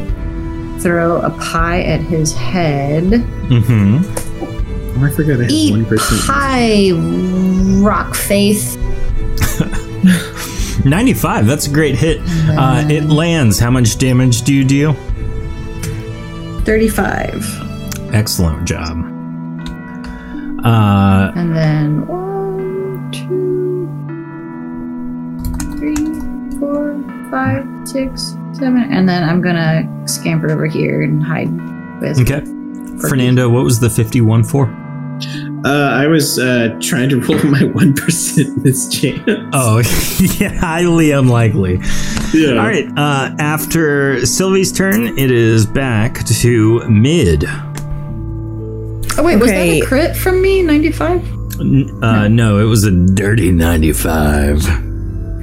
B: throw a pie at his head.
A: Mm hmm.
C: Oh, I forgot I had
B: Eat
C: one person.
B: pie, rock faith.
A: 95, that's a great hit. Uh, it lands. How much damage do you deal?
B: 35.
A: Excellent job. Uh,
B: And then one, two, three, four, five, six, seven. And then I'm going to scamper over here and hide with.
A: okay. Fernando, what was the 51 for?
C: Uh, I was uh, trying to roll my one percent this chance.
A: Oh, yeah, highly unlikely.
C: Yeah.
A: All right. Uh, after Sylvie's turn, it is back to mid.
B: Oh, wait, was that
E: Okay.
B: a crit from me? 95?
A: N- Uh, no, it was a dirty 95.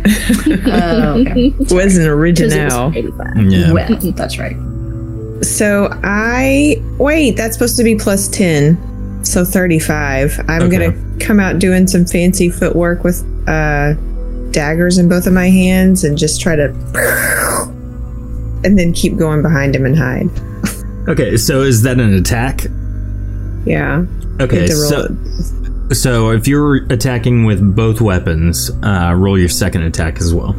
B: Oh, okay.
E: Was an
D: 'Cause it was
E: original.
D: 85.
A: Yeah.
B: well, that's right.
E: So I wait, that's supposed to be plus 10. So 35. I'm
A: Okay.
E: going to come out doing some fancy footwork with uh daggers in both of my hands and just try to and then keep going behind him and hide.
A: Okay, so is that an attack?
E: Yeah.
A: Okay,
E: Need to roll
A: so, so if you're attacking with both weapons, uh, roll your second attack as well.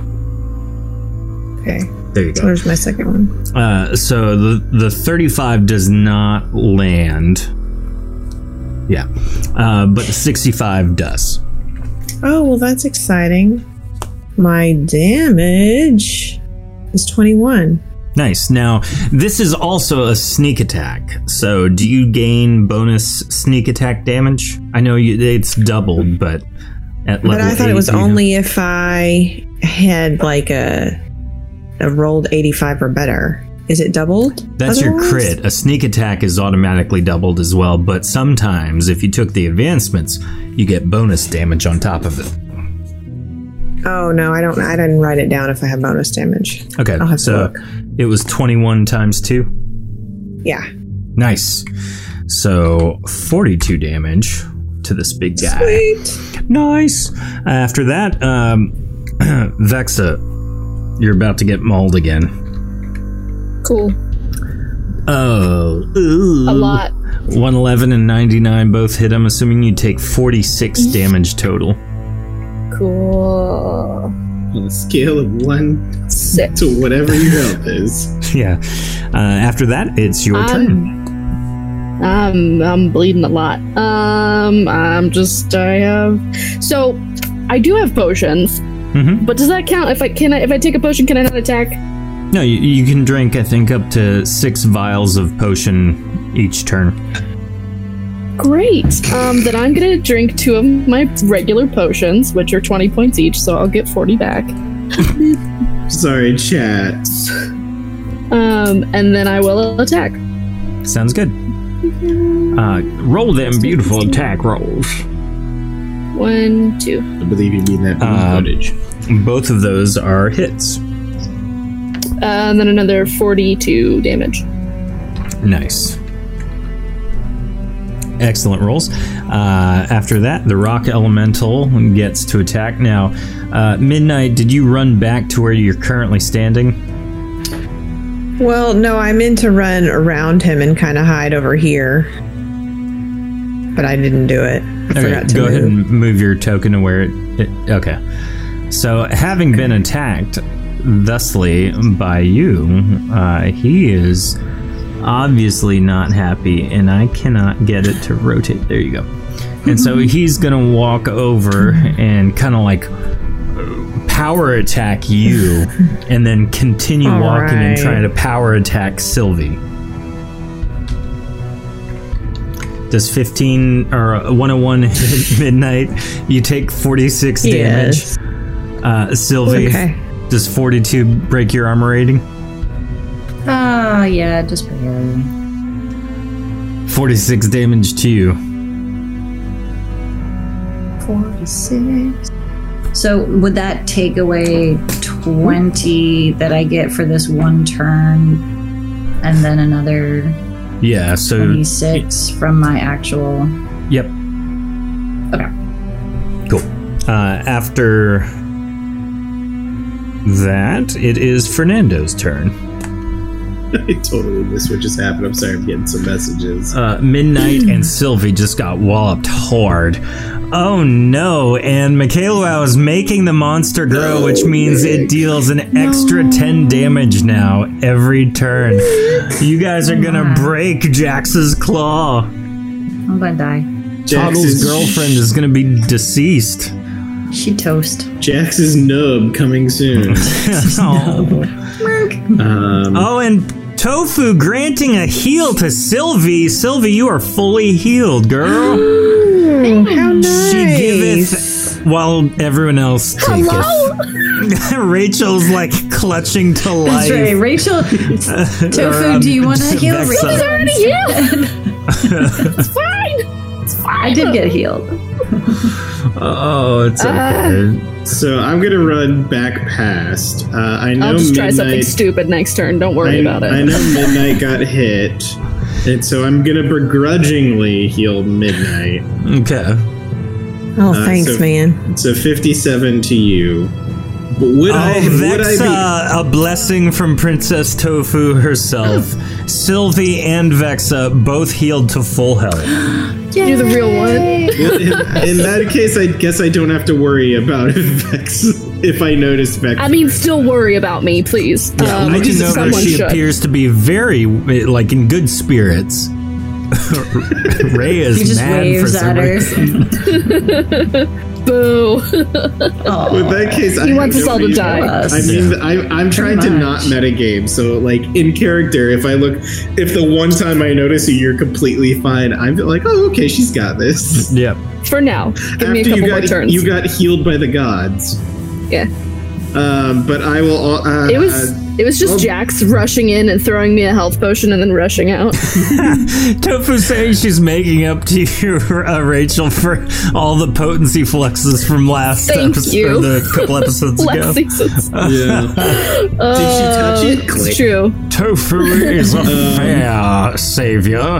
E: Okay.
A: There you
E: So
A: go.
E: there's my second one.
A: Uh, so the the 35 does not land. Yeah, uh, but the 65 does.
E: Oh, well that's exciting. My damage is 21.
A: Nice. Now this is also a sneak attack. So do you gain bonus sneak attack damage? I know you, it's doubled, but at level
E: But I thought
A: eight,
E: it was
A: you have-
E: only if I had like a a rolled 85 or better. Is it doubled?
A: That's your
E: otherwise?
A: crit. A sneak attack is automatically doubled as well, but sometimes if you took the advancements, you get bonus damage on top of it.
E: Oh no, I don't. I didn't write it down if I have bonus damage.
A: Okay,
E: I'll have to
A: so
E: look.
A: it was 21 times 2.
E: Yeah,
A: Nice. So 42 damage to this big guy. Nice. After that, um, Vexa, you're about to get mauled again.
D: Cool.
A: Oh,
D: A lot.
A: 111 and 99 both hit. I'm assuming you take
D: Mm-hmm.
A: 46 damage total.
D: Cool.
C: On a scale of one
D: Six.
C: to whatever your health is.
A: Yeah. Uh, after that, it's your
D: I'm-
A: turn.
D: I'm Um, I'm bleeding a lot. Um, I'm just I have so I do have potions,
A: hmm
D: but does that count? If I can I if I take a potion, can I not attack?
A: No, you, you can drink, I think, up to six vials of potion each turn.
D: Great. Um, then I'm gonna drink two of my regular potions, which are twenty points each, so I'll get forty back.
C: Sorry, chat.
D: Um, and then I will attack.
A: Sounds good.
D: Mm-hmm.
A: Uh, roll them beautiful attack rolls.
D: One, two.
C: I believe you mean that
A: Uh,
C: footage.
A: Both of those are hits.
D: Uh, and then another forty-two damage.
A: Nice. Excellent rolls. Uh, after that, the rock elemental gets to attack. Now, uh, Midnight, did you run back to where you're currently standing?
E: Well, no, I meant to run around him and kind of hide over here, but I didn't do it. I forgot to
A: go
E: move.
A: ahead and move your token to where it. it okay. So, having been attacked, thusly by you. Uh, he is obviously not happy, and I cannot get it to rotate. There you go. And so he's gonna walk over and kind of like power attack you, and then continue
E: All
A: walking and
E: right.
A: trying to power attack Sylvie. Does 15 or uh, 101 hit midnight? You take 46 damage.
E: Yes.
A: Uh, Sylvie,
E: Okay.
A: does 42 break your armor rating?
B: Ah, yeah, just barely.
A: 46 damage to you.
B: 46. So would that take away 20 that I get for this one turn and then another
A: Yeah, so.
B: 26 from my actual.
A: Yep.
B: Okay.
A: Cool. Uh, after that, it is Fernando's turn.
C: I totally missed what just happened. I'm sorry, I'm getting some messages.
A: Uh, Midnight and Sylvie just got walloped hard. Oh no, and Michaela is making the monster grow, which means it deals an extra 10 damage now every turn. You guys are gonna break Jax's claw.
B: I'm gonna die.
A: Toggle's girlfriend is gonna be deceased.
B: She toast.
C: Jax's nub coming soon.
A: oh.
C: Um,
A: Oh, and Tofu granting a heal to Sylvie. Sylvie, you are fully healed, girl.
B: Mm,
E: How nice.
A: She giveth while everyone else taketh. Rachel's like clutching to life.
B: That's right. Rachel, Tofu,
A: Um,
B: do you want to heal?
A: Vexa.
B: Rachel?
A: It's
B: already healed. it's fine. I did get healed.
A: Oh, it's
B: Uh,
A: okay.
C: so I'm gonna run back past. Uh, I know
D: I'll just try something
C: midnight.
D: stupid next turn. Don't worry
C: I,
D: about it.
C: I know midnight got hit, and so I'm gonna begrudgingly heal midnight.
A: okay.
E: Oh,
C: Uh,
E: thanks,
C: so-
E: man.
C: So 57 to you. But would
A: Oh,
C: I would I
A: Vexa, a blessing from Princess Tofu herself.
B: Hmm.
A: Sylvie and Vexa both healed to full health.
D: You're the real one.
C: be well, in, in that case? I guess I don't have to worry about if Vex if I notice Vex.
D: I mean, still worry about me, please. Um,
A: Looking over,
D: someone
A: she
D: should.
A: appears to be very, like, in good spirits. Ray is
B: He just
A: mad for
B: waves
A: some
B: at her.
A: reason.
D: Boo.
C: in that case, I
D: He wants
C: have
D: us all
C: no
D: to
C: reason.
D: die.
C: I mean, I, I'm trying to
B: Pretty
C: not
B: much.
C: metagame. So, like in character, if I look, if the one time I notice you, you're completely fine. I'm like, oh, okay, she's got this.
A: Yep.
D: For now. Give me a couple
C: you
D: more
C: got
D: turns.
C: you got healed by the gods.
D: Yeah.
C: Um, but I will. al- Uh,
D: it was it was just
C: oh.
D: Jax rushing in and throwing me a health potion and then rushing out.
A: Tofu saying she's making up to you, uh, Rachel, for all the potency fluxes from last
D: Thank
A: episode,
D: you.
A: or the couple episodes ago.
D: Last
C: Oh,
D: season.
C: Yeah.
D: Uh,
C: Did she touch it?
D: It's true.
A: Tofu is a fair savior.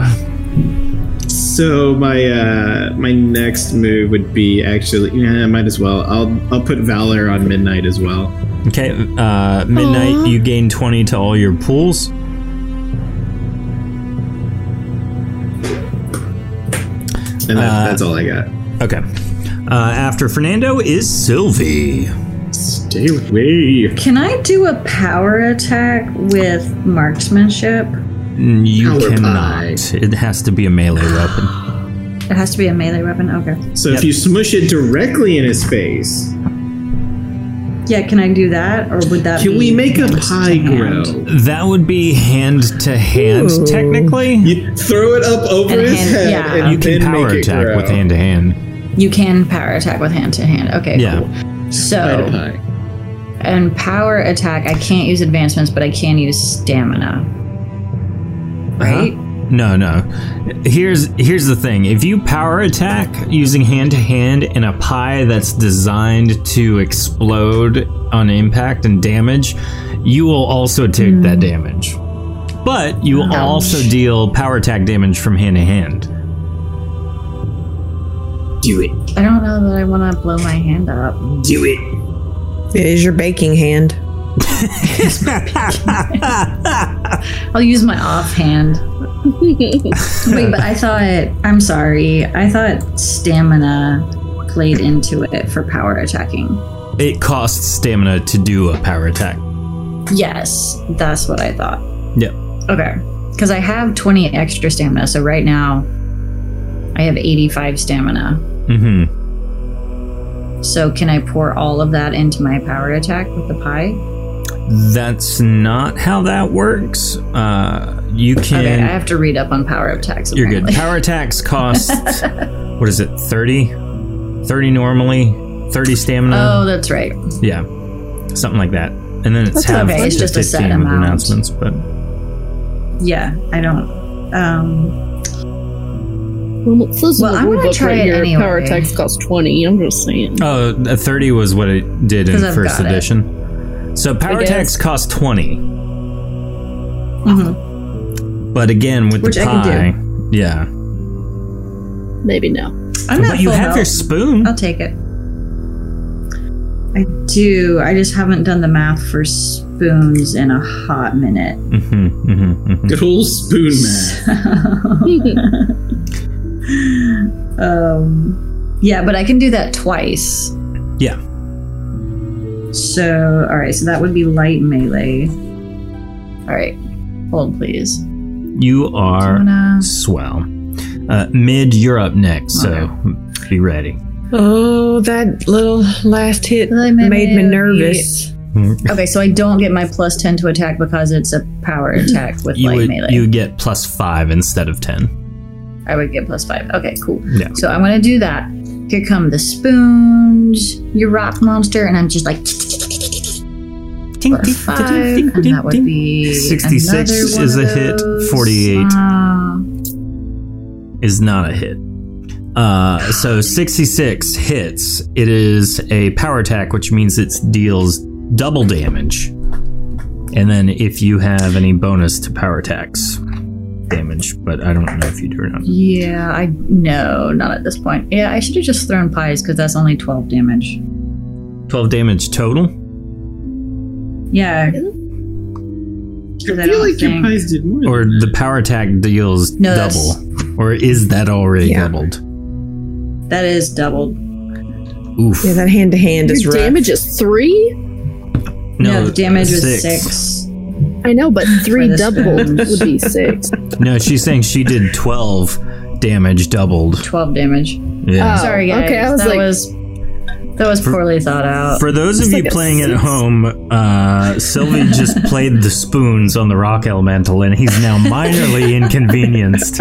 C: So my uh, my next move would be actually yeah, I might as well. I'll I'll put Valor on Midnight as well.
A: Okay, uh, midnight. You gain twenty to all your pools.
C: And that, that's all I got.
A: Okay. Uh, after Fernando is Sylvie.
C: Stay away.
B: Can I do a power attack with marksmanship?
A: Mm, You
C: Power
A: cannot. It has to be a melee weapon.
B: It has to be a melee weapon. Okay.
C: So if you smush it directly in his face,
B: Yeah, can I do that, or would that?
C: can
B: be
C: we make a pie grow?
B: hand.
A: That would be hand to hand,
E: Ooh.
A: technically.
C: You throw it up over
B: And
C: his
B: hand-
C: head
B: yeah.
C: and
A: You can
C: then
A: power
C: make it
A: attack
C: grow.
A: with hand to hand.
B: You can power attack with hand to hand. Okay.
A: Yeah.
B: Cool.
C: Pie to
B: So
C: pie.
B: and power attack, I can't use advancements, but I can use stamina.
A: Uh-huh.
B: Right.
A: Huh? No, no. Here's here's the thing. If you power attack using hand to hand in a pie that's designed to explode on impact and damage, you will also take that
C: Mm.
A: damage. But you will also deal power attack damage from hand to hand.
C: Do it.
B: I don't know that I want to blow my hand up.
C: Do it.
E: It is your baking hand.
B: I'll use my offhand. Wait, but I thought. I'm sorry. I thought stamina played into it for power attacking.
A: It costs stamina to do a power attack.
B: Yes, that's what I thought.
A: Yep.
B: Okay. Because I have 20 extra stamina, so right now I have 85 stamina.
A: Mm-hmm.
B: So can I pour all of that into my power attack with the pie?
A: That's not how that works. Uh, you can.
B: Okay, I have to read up on power attacks.
A: You're good.
B: apparently.
A: Power attacks cost what is it? 30? 30 normally, 30 stamina.
B: Oh, that's right.
A: Yeah. Something like that. And then it's
B: That's
A: half
B: okay, it's
A: to
B: just a set
A: 15 with
B: amount.
A: announcements, but
B: Yeah, I don't. Um,
D: Well, it says in
B: Well,
D: the
B: I'm gonna
D: rulebook
B: try
D: right
B: it
D: here,
B: anyway.
D: Power attacks cost 20. I'm just saying.
A: oh, a 30 was what it did in
B: 'Cause I've
A: first
B: got it.
A: edition. So power
D: guess.
A: attacks cost 20.
B: Mm-hmm.
A: But again, with
E: Which
A: the
E: I can
A: pie, yeah.
D: Maybe no.
B: I'm not.
A: But you
B: full
A: have your
B: health. Uh,
A: spoon.
B: I'll take it. I do. I just haven't done the math for spoons in a hot minute.
A: hmm hmm hmm
C: Good old spoon man.
B: Um, yeah, but I can do that twice.
A: Yeah.
B: So, all right. So that would be light melee. All right. Hold, please.
A: You are
B: Gonna-
A: swell. Uh, Mid, you're up next, so be ready.
E: Oh, that little last hit
B: Really
E: made,
B: made
E: me
B: me-
E: nervous.
B: Okay, so I don't get my plus ten to attack because it's a power attack with
A: You
B: light
A: would
B: melee.
A: you would get plus five instead of ten.
B: I would get plus five. Okay, cool.
A: Yeah.
B: So I'm gonna do that. Here come the spoons, your rock monster, and I'm just like for five, and that would be
A: 66
B: another one
A: is
B: of
A: a hit,
B: those.
A: 48.
B: Ah,
A: Is not a hit. Uh, so sixty six hits. It is a power attack, which means it deals double damage. And then if you have any bonus to power attacks damage, but I don't know if you do or not.
B: yeah, I no, not at this point. Yeah, I should have just thrown pies because that's only twelve damage.
A: Twelve damage total.
B: Yeah. 'Cause
C: I
B: don't
C: feel like your
B: think-
C: pies did more.
A: Or the power attack deals
B: No, that's-
A: double. Or is that already
E: Yeah.
A: doubled?
B: that is doubled.
A: Oof.
E: Yeah, that hand to hand is
D: Your
E: rough.
D: damage is three?
B: No, the damage was
A: six.
B: six.
D: I know, but three
B: the
D: doubled
B: spoons.
D: would be six.
A: No, she's saying she did 12 damage doubled.
B: 12 damage.
A: Yeah.
D: Oh,
B: Sorry, guys.
D: Okay, I was
B: that
D: like,
B: was that was poorly thought out.
A: For those of
D: It's
A: you
D: like a
A: playing at
D: six.
A: home, uh, Sylvie just played the spoons on the rock elemental and he's now minorly inconvenienced.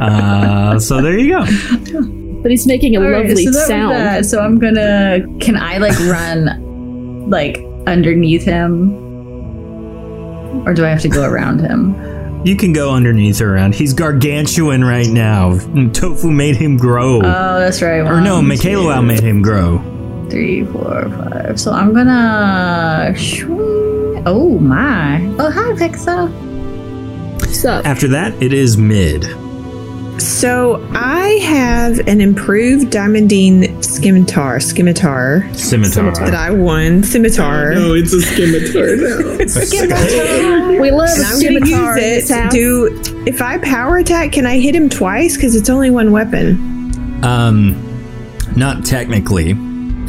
A: Uh, so there you go.
D: but he's making a
B: All right,
D: lovely
B: so that was
D: sound.
B: that. So I'm gonna. Can I like run like underneath him, or do I have to go around him?
A: You can go underneath her around. He's gargantuan right now. Tofu made him grow.
B: Oh, that's right.
A: or no,
B: One,
A: Michaela
B: two,
A: made him grow.
B: Three, four, five. So I'm gonna. shwing. Oh my! Oh hi, Pixel.
D: Sup?
A: After that, it is mid.
E: So I have an improved diamondine scimitar, scimitar
A: Scimitar.
E: that I won, scimitar.
C: No, it's a scimitar now.
D: We love
E: And I'm gonna
D: scimitar
E: use
D: in this
E: it.
D: house.
E: Do if I power attack, can I hit him twice? Because it's only one weapon.
A: Um, not technically.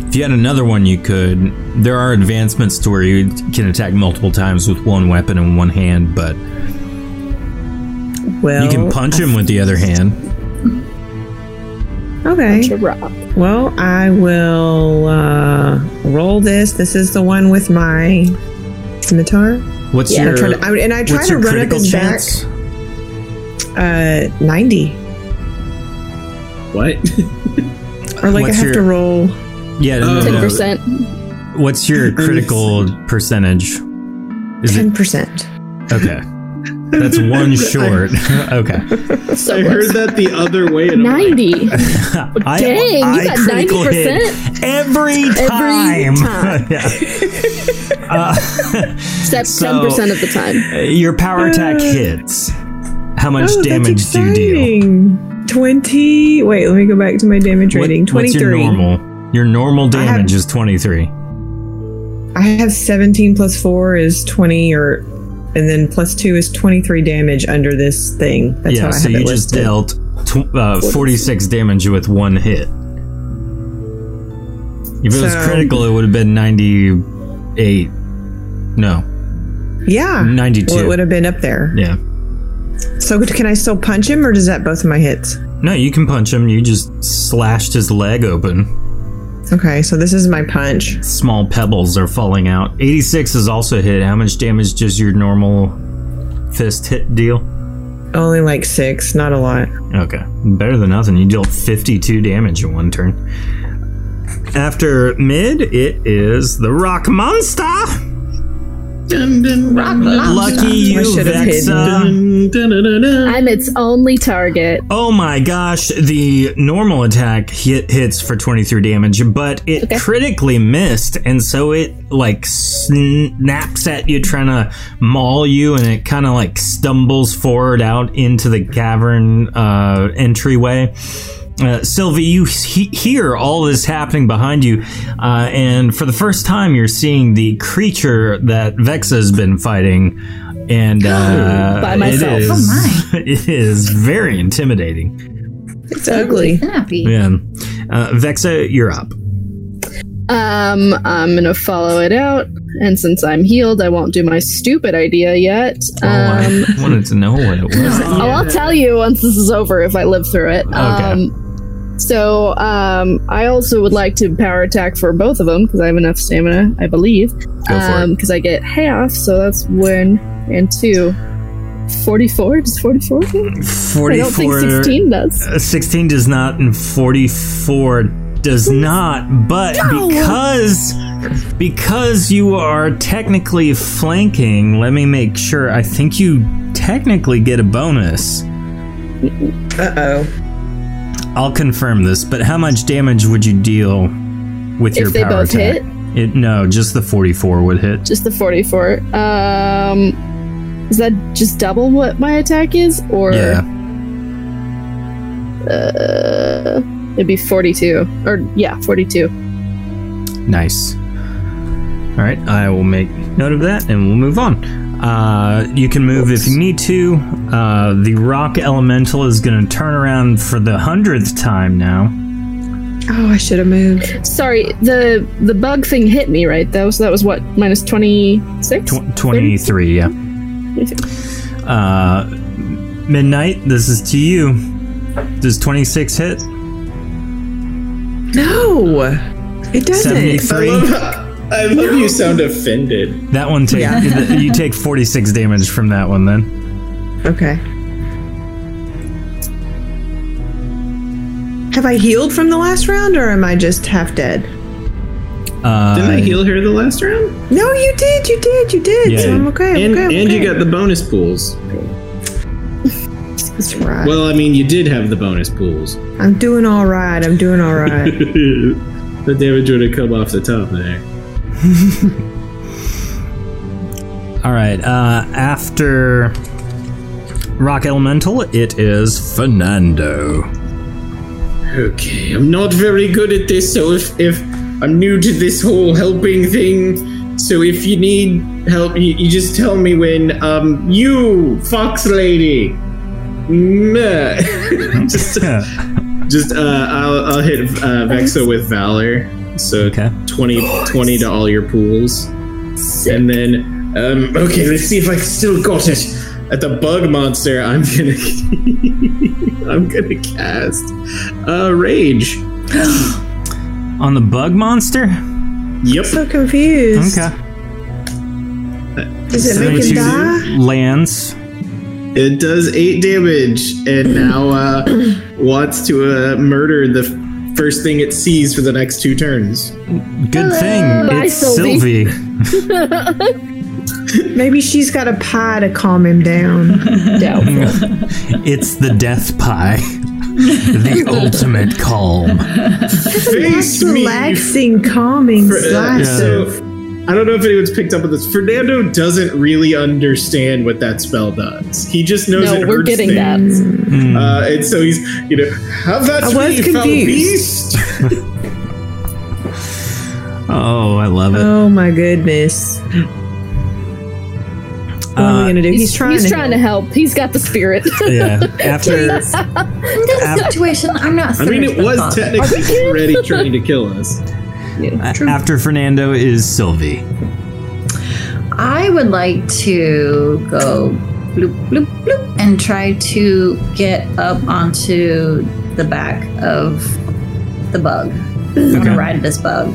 A: If you had another one, you could. There are advancements to where you can attack multiple times with one weapon in one hand, but
E: Well,
A: you can punch him with the other hand.
E: Okay.
D: To rock.
E: Well, I will uh, roll this. This is the one with my scimitar.
A: What's
E: I
A: your
E: try to- I- and I try
A: what's
E: to
A: your
E: run up
A: critical
E: his
A: chance?
E: back. Uh, Ninety,
C: what?
E: or like
A: What's
E: I have
A: your-
E: to roll.
A: Yeah, no,
C: Uh,
A: no, no.
D: 10%.
A: What's your critical percentage? Is it
E: Ten percent.
A: okay? That's one short. okay,
D: So
C: I heard that the other way. and I'm like,
D: 90.
A: I,
D: Dang, you got
A: critical hit every time.
D: time.
A: Yeah. Uh,
D: Except
A: So-
D: 10% of the time.
A: Uh, Your power attack
E: Uh,
A: hits. How much damage do you deal?
E: deal? Oh, Twenty. Wait, let me go back to my damage
A: What-
E: rating.
A: what's your
E: Twenty-three.
A: normal? Your normal
E: I have-
A: damage is 23.
E: I have seventeen plus four is twenty, or and then plus two is twenty-three damage under this thing. That's how
A: yeah,
E: I
A: so
E: have
A: you
E: it
A: just dealt
E: listed.
A: tw- uh, 46 damage with one hit. If it was
E: So-
A: critical, it would have been 98. No.
E: Yeah.
A: 92.
E: Ah, Well, it would have been up there.
A: yeah.
E: So can I still punch him, or does that both of my hits?
A: No, you can punch him. You just slashed his leg open.
E: Okay, so this is my punch.
A: Small pebbles are falling out. 86 is also hit. How much damage does your normal fist hit deal?
E: Only like six, not a lot.
A: Okay. Better than nothing. You deal 52 damage in one turn. After mid, it is the Rock Monster. Lucky you,
E: I should've
A: Vexa.
D: I'm its only target.
A: Oh my gosh, the normal attack hit, hits for 23 damage, but it critically missed, and so it like snaps at you, trying to maul you, and it kind of like stumbles forward out into the cavern uh, entryway. Uh, Sylvie, you he- hear all this happening behind you, uh, and for the first time, you're seeing the creature that Vexa's been fighting, and uh,
D: By myself.
A: It is,
F: Oh
A: it is very intimidating.
E: It's ugly.
F: Snappy.
A: Man, uh, Vexa, you're up.
D: Um, I'm gonna follow it out, and since I'm healed, I won't do my stupid idea yet.
A: Oh,
D: Um,
A: I wanted to know what it was.
D: Oh, I'll tell you once this is over if I live through it. Um, so um, I also would like to power attack for both of them because I have enough stamina, I believe.
A: Go for it.
D: Because I get half, so that's one and two. 44? Does 44 hit? I don't think 16 does.
A: Uh, 16 does not and 44 does not but because because you are technically flanking let me make sure i think you technically get a bonus
E: Uh oh.
A: i'll confirm this but how much damage would you deal with your
D: If they
A: power
D: both
A: attack
D: hit,
A: it no just the 44 would hit
D: just the 44. Um, is that just double what my attack is? Or
A: yeah
D: uh, it'd be 42. Or, yeah, 42.
A: nice all right i will make note of that and we'll move on uh, you can move if you need to. Uh, the rock elemental is going to turn around for the hundredth time now.
E: Oh, I should have moved.
D: Sorry, the the bug thing hit me, right? That was that was what minus twenty six.
A: Tw- 23, yeah. Uh, midnight, this is to you. Does 26 hit?
E: No, it doesn't.
A: 73?
C: I love you sound offended.
A: That one take you take 46 damage from that one then.
E: Okay. Have I healed from the last round, or am I just half dead?
A: Uh,
C: Didn't I heal her the last round?
E: No, you did, you did, you did.
A: Yeah.
E: So I'm okay. I'm
C: And,
E: okay, I'm
C: and you
E: okay.
C: got the bonus pools.
E: That's right.
C: Well, I mean, you did have the bonus pools.
E: I'm doing all right. I'm doing all right.
C: the damage would have come off the top there.
A: All right. Uh, after Rock Elemental, it is Fernando.
C: Okay, I'm not very good at this, so if, if I'm new to this whole helping thing, so if you need help, you, you just tell me when. Um, you fox lady. Meh. just, just uh, I'll, I'll hit uh, Vexa with valor. So
A: Okay.
C: 20, 20 to all your pools, and then um, okay, let's see if I still got it. At the bug monster, I'm gonna, I'm gonna cast uh, rage.
A: On the bug monster?
C: Yep.
E: so confused.
A: Okay.
E: Does it
C: So
E: make him
C: you-
E: die?
A: Lands.
C: It does eight damage, and now uh, wants to uh, murder the first thing it sees for the next two turns.
A: Good thing
D: Bye,
A: it's
D: Sylvie.
A: Sylvie.
E: Maybe she's got a pie to calm him down.
A: It's the death pie. the ultimate calm.
C: Face me.
E: Relaxing, calming
C: Fer- uh,
E: slice.
C: So, I don't know if anyone's picked up on this. Fernando doesn't really understand what that spell does. He just knows
D: No,
C: it
D: we're
C: hurts
D: getting
C: things.
D: that.
C: Uh, and so he's, you know, have that
E: I was
C: me, foul
E: confused.
C: beast.
A: Oh, I love it.
E: Oh my goodness. What are we
A: Uh,
E: gonna do? He's,
D: He's
E: trying. to
D: trying to help. He's got the spirit.
A: yeah. After
F: In this situation, I'm not.
C: I mean, it was technically already trying to kill us.
A: after Fernando is Sylvie.
B: I would like to go bloop, bloop, bloop, and try to get up onto the back of the bug. I'm
A: Okay.
B: gonna ride this bug.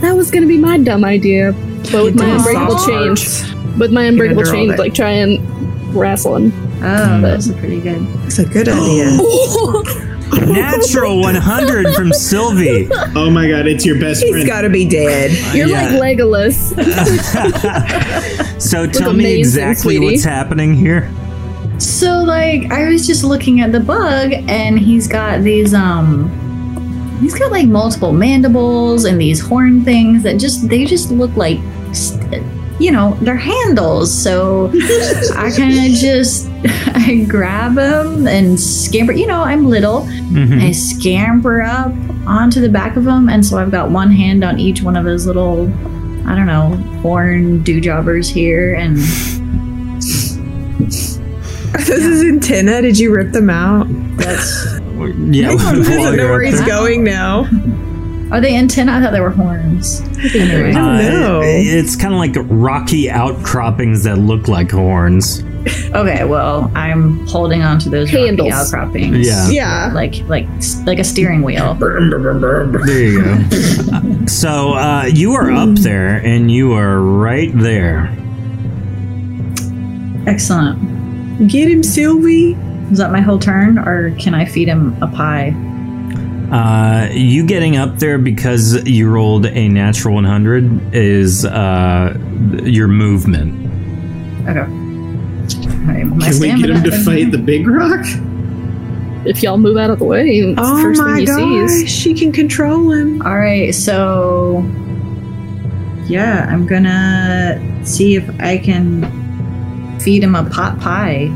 D: That was gonna be my dumb idea. But with my
B: did a
D: unbreakable
E: soft
D: change, with my unbreakable
E: girl
D: change,
E: that-
D: like try and wrestle him.
B: Oh, that's pretty good.
E: It's a good idea.
A: Natural 100 from Sylvie.
C: Oh my god, it's your best
E: He's
C: friend.
E: got to be dead.
D: You're
A: Uh, Yeah.
D: like Legolas.
A: So tell
D: Look
A: me
D: amazing,
A: exactly
D: sweetie.
A: what's happening here.
B: So like I was just looking at the bug and he's got these um he's got like multiple mandibles and these horn things that just they just look like st- you know, they're handles. So I kind of just I grab him and scamper, you know, I'm little.
A: Mhm.
B: I scamper up onto the back of him and so I've got one hand on each one of his little I don't know, horn do jobbers here and
E: this is antenna. Did you rip them out?
B: that's
A: Oh, Yeah.
E: He doesn't know where he's
B: there.
E: going now.
B: Are they antenna? I thought they were horns. Anyway.
E: don't
A: Uh,
E: know.
A: it's kind of like rocky outcroppings that look like horns.
B: Okay, well, I'm holding on to those rocky
D: Handles.
B: outcroppings.
A: Yeah.
E: Yeah.
B: Like like like a steering wheel.
A: There you go. so uh, you are up there, and you are right there.
B: Excellent.
E: Get him, Sylvie.
B: Is that my whole turn, or can I feed him a pie?
A: Uh, you getting up there because you rolled a natural 100 is uh, your movement.
B: Okay. All right, my
C: Can we get
B: stamina
C: him to
B: is-
C: fight the big rock?
D: If y'all move out of the way, it's the
E: Oh
D: first thing
E: my
D: he
E: gosh,
D: sees.
E: she can control him.
B: All right, so yeah, I'm gonna see if I can feed him a pot pie,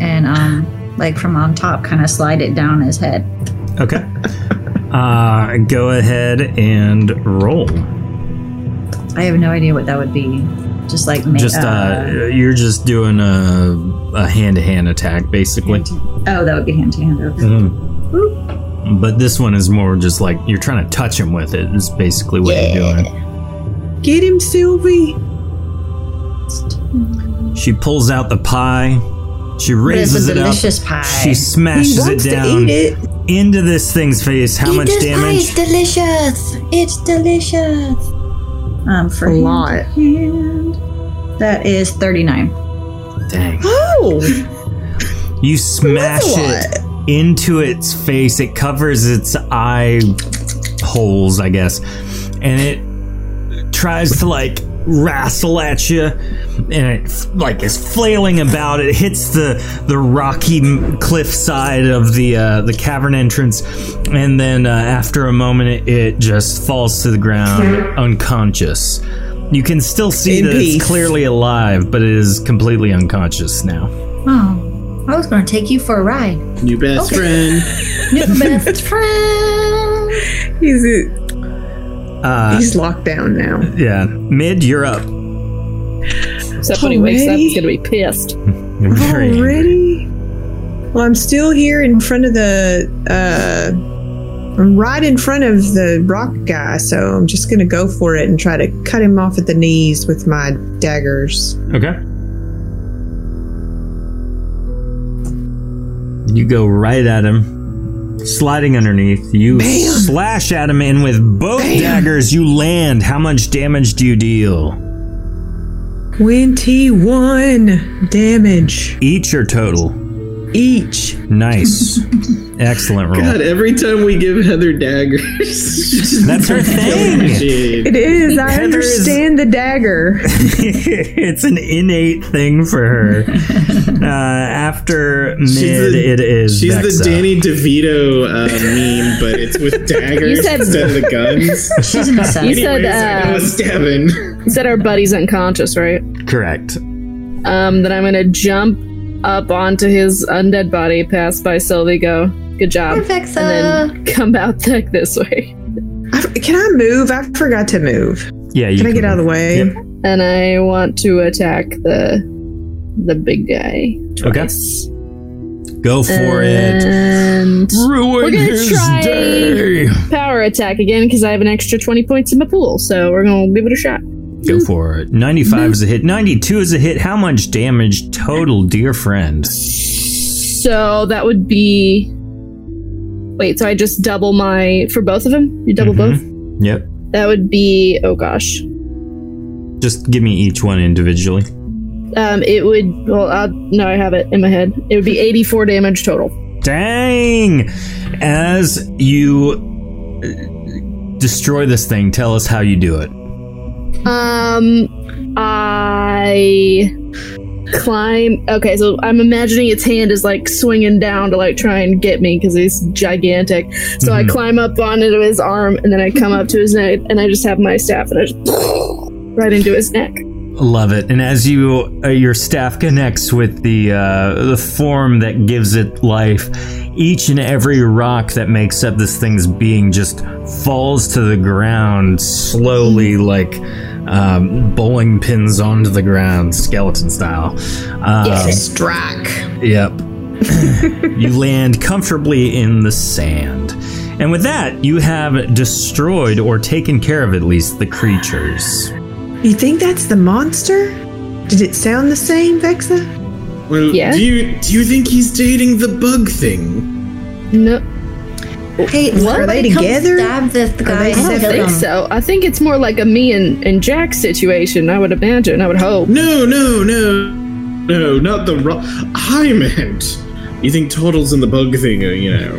B: and um, like from on top, kind of slide it down his head.
A: Okay. Uh, go ahead and roll.
B: I have no idea what that would be. Just like ma-
A: Just uh, you're just doing a a hand to hand attack, basically.
B: oh, that would be hand to hand. Okay.
A: Mm-hmm. But this one is more just like you're trying to touch him with it. Is basically what you're doing.
E: Get him, Sylvie.
A: She pulls out the pie. She
B: But it's
A: raises
B: a
A: it up.
B: delicious pie.
A: She
E: He
A: smashes it
E: wants to
A: down
E: eat it.
A: into this thing's face. How much damage?
F: delicious. It's delicious.
B: um, for
E: A
B: hand
E: lot.
B: to hand. That is thirty nine.
A: Dang.
E: Oh,
A: You smash
E: a
A: it into its face. It covers its eye holes, I guess. And it tries to like wrestle at you and it like is flailing about it hits the the rocky m- cliff side of the uh, the cavern entrance and then uh, after a moment it, it just falls to the ground unconscious you can still see
E: In
A: that
E: peace.
A: it's clearly alive but it is completely unconscious now
B: Oh, I was gonna take you for a ride.
C: New best friend.
B: New best friend.
E: he's a-
A: Uh,
E: he's locked down now.
A: yeah, mid, you're up.
D: Except when he wakes up,
E: Already?
D: he's gonna be pissed.
A: You're very angry.
E: Already? Well, I'm still here in front of the. Uh, I'm right in front of the rock guy, so I'm just gonna go for it and try to cut him off at the knees with my daggers.
A: Okay. You go right at him, sliding underneath. You slash at him, and with both daggers, you land. How much damage do you deal?
E: 21 damage
A: Each or total?
E: each.
A: Nice. Excellent roll.
C: God, every time we give Heather daggers,
A: That's her thing.
C: Shit.
E: It is. I
A: Heather is-
E: understand the dagger.
A: it's an innate thing for her. Uh, after mid,
C: She's the-
A: it is.
C: She's
A: Vexa.
C: the Danny DeVito uh, meme, but it's with daggers
D: You said-
C: instead of the guns.
B: She's an assassin.
D: You
C: Anyways,
D: said,
C: I know
D: uh,
C: a stabbing.
D: you said our buddy's unconscious, right?
A: Correct.
D: Um, then I'm gonna jump up onto his undead body, pass by Sylvie, go, good job,
B: Vexa.
D: and then come out the, this way.
E: I, can I move? I forgot to move.
A: Yeah, you
E: Can I get out of the way?
A: Yep.
D: And I want to attack the the big guy twice.
A: Go for it.
D: And
A: Ruin
D: Uh, We're gonna try-
A: day.
D: power attack again because I have an extra twenty points in my pool, so we're gonna give it a shot.
A: Go for it. 95 is a hit. 92 is a hit. How much damage total, dear friend?
D: So that would be. Wait, so I just double my. For both of them? You double
A: Mm-hmm.
D: both?
A: Yep.
D: That would be. Oh gosh.
A: Just give me each one individually.
D: Um, it would. Well, i no, I have it in my head. It would be 84 damage total.
A: Dang! As you uh, destroy this thing, tell us how you do it.
D: Um, I climb. Okay, so I'm imagining its hand is like swinging down to like try and get me because he's gigantic. So I
A: Mhm.
D: climb up onto his arm and then I come up to his neck and I just have my staff and I just right into his neck.
A: Love it. And as you uh, your staff connects with the uh, the form that gives it life, each and every rock that makes up this thing's being just falls to the ground slowly, like um, bowling pins onto the ground, skeleton style. Um,
I: Strike.
A: Yep. you land comfortably in the sand. And with that, you have destroyed or taken care of at least the creatures.
E: You think that's the monster? Did it sound the same, Vexa?
C: Well,
D: Yeah.
C: do you do you think he's dating the bug thing?
D: No,
F: Hey,
E: What? Are they
F: somebody come
E: together?
F: Stab this guy.
E: they
F: and
D: I
E: separate?
F: kill
D: don't think
F: him.
D: so. I think it's more like a me and, and Jack situation. I would imagine. I would hope.
C: No, no, no, no, not the ro- I meant. You think turtles and the bug thing are you know?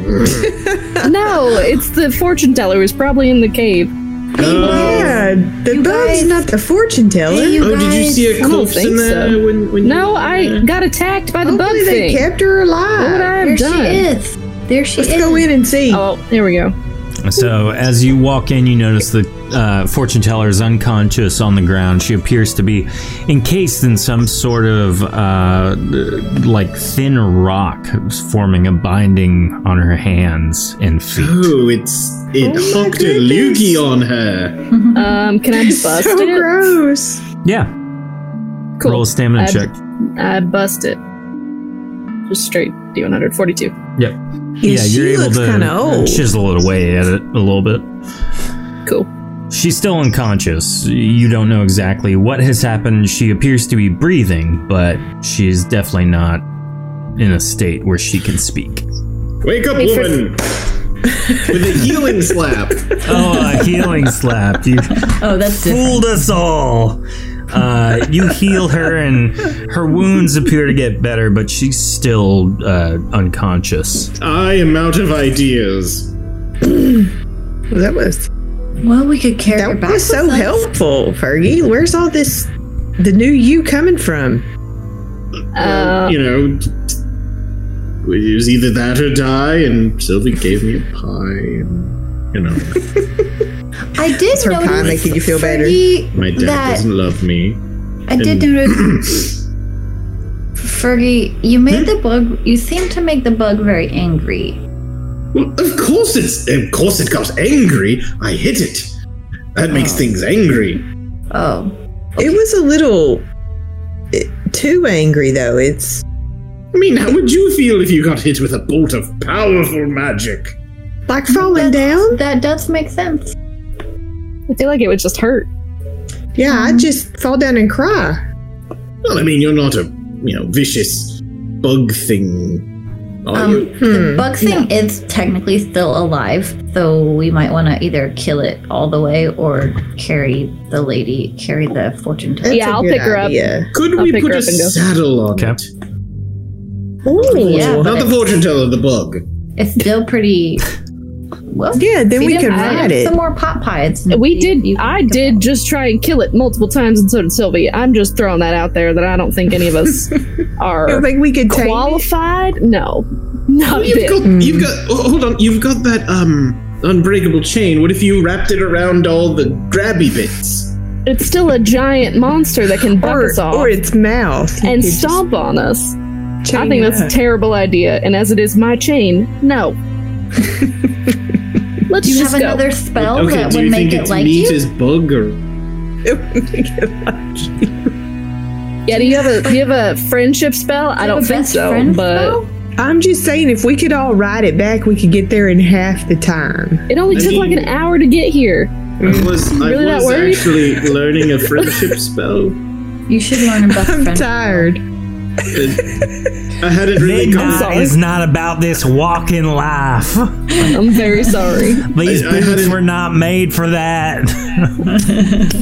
D: no, it's the fortune teller who's probably in the cave.
C: no.
E: Yeah, the bug's
F: guys-
E: not the fortune teller.
F: Hey, you
C: Oh, did you
F: guys.
C: see a
D: I don't
C: corpse in
D: think
C: there
D: so.
C: when when?
D: No, I got attacked by the
E: Hopefully
D: bug
E: they
D: thing.
E: kept her
D: What would I
E: alive.
D: have
F: There
D: done?
F: she is. There she
E: Let's
F: is.
E: go in and see.
D: Oh, here we go.
A: So, as you walk in, you notice the uh, fortune teller is unconscious on the ground. She appears to be encased in some sort of uh, like thin rock, forming a binding on her hands and feet.
C: Oh, it's it
E: Oh my
C: hooked a
E: goodness.
C: loogie on her.
D: Um, can I bust
E: so
D: it?
E: gross.
A: Yeah,
D: Cool.
A: roll a stamina
D: I-
A: check.
D: I bust it. Just straight D100, 42.
E: Yeah, she looks kinda old.
A: chisel it away at it a little bit.
D: Cool.
A: She's still unconscious. You don't know exactly what has happened. She appears to be breathing, but she's definitely not in a state where she can speak.
C: Wake up, woman! With a healing slap.
A: Oh, a healing slap. You
B: Oh, that's different.
A: fooled us all. Uh, you heal her, and her wounds appear to get better, but she's still uh, unconscious.
C: I am out of ideas.
E: That was
F: Well, we could carry her
E: that
F: back.
E: was so
F: with us.
E: helpful, Fergie. Where's all this the new you coming from?
D: Uh,
C: you know, it was either that or die, and Sylvie gave me a pie, and you know,
F: I did
E: her
F: notice
E: pie making you feel better?
F: Fergie-
C: my dad
F: That-
C: doesn't love me.
F: I did notice. Fergie, you
B: Hmm?
F: made the bug. You seem to make the bug very angry.
C: Well, of course it's of course it got angry. I hit it. That makes things angry.
F: Oh,
E: It was a little eh, too angry though. It's
C: I mean, how would you feel if you got hit with a bolt of powerful magic?
E: like
D: Mm-hmm.
E: falling down.
F: that does make sense.
D: I feel like it would just hurt.
E: Yeah,
D: Mm-hmm.
E: I just fall down and cry.
C: Well, I mean, you're not a you know vicious bug thing, are
F: Um,
C: you?
F: The bug thing is technically still alive, so we might want to either kill it all the way or carry the lady, carry the fortune teller.
D: Yeah, I'll pick her up.
E: Yeah.
C: Could
D: I'll
C: we
D: pick
C: put
D: her
C: a
D: up and go.
C: saddle on
A: Okay.
C: it?
F: Yeah,
C: Not the fortune teller, the bug.
F: It's still pretty. Well,
E: Yeah, then we
F: feed
E: could
F: him some-
E: ride it.
F: Some more pot pies.
D: We did, I did just try and kill it multiple times, and so did Sylvie. I'm just throwing that out there that I don't think any of us
E: I
D: are
E: think we could take
D: qualified. No. Not a
C: You've
D: bit.
C: got, you've got. oh, hold on, you've got that um unbreakable chain. What if you wrapped it around all the grabby bits?
D: It's still a giant monster that can buck
E: or,
D: us off
E: or its mouth. You
D: and
E: could just
D: stomp on us. I
E: chain
D: think
E: it
D: that's a
E: up.
D: terrible idea, and as it is my chain, no. Let's
F: Do you
D: just
F: have
D: go.
F: another spell
B: Oh,
C: Okay,
F: that
C: do
F: would
C: you
F: make
C: think
F: it
C: it's
F: like
C: meat
F: you?
C: is bug or?
D: yeah, do you have a do you have a friendship spell? I don't
F: have a
D: think
F: best
D: so,
F: friend
D: but
F: spell?
E: I'm just saying, if we could all ride it back, we could get there in half the time.
D: it only took like an hour to get here.
C: I was, I
D: Really not
C: was
D: worried?
C: actually learning a friendship spell.
F: You should learn about
E: I'm
F: friendship.
E: tired.
C: I hadn't really gone.
A: Midnight is not about this walking life.
D: I'm very sorry.
A: These
C: I- I
A: boots
C: hadn't-
A: were not made for that.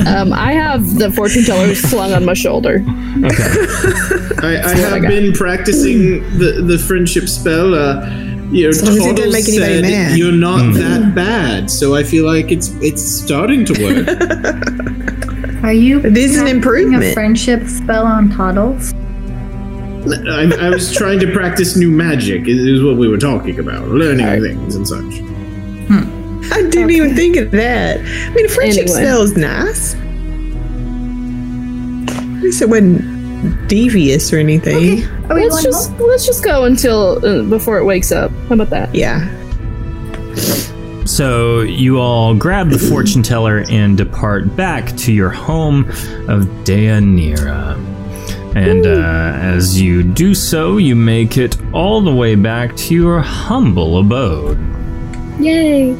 D: Um, I have the fortune teller slung on my shoulder.
C: I, I have been practicing the, the friendship spell. Uh, you know,
E: As long as it didn't
C: Toddles
E: make anybody
C: said
E: mad.
C: you're not that bad, so I feel like it's it's starting to work.
F: Are you
E: It is an
F: practicing
E: improvement.
F: A friendship spell on toddles.
C: I, I was trying to practice new magic. Is, is what we were talking about, learning things and such.
E: I didn't even think of that. I mean, a friendship
D: Anyway.
E: spell is nice. At least it wasn't devious or anything.
F: Are we
D: Let's
F: going
D: just
F: home?
D: let's just go until uh, before it wakes up. How about that?
E: Yeah.
A: So you all grab the fortune teller and depart back to your home of Deanira. And uh, as you do so, you make it all the way back to your humble abode.
D: Yay!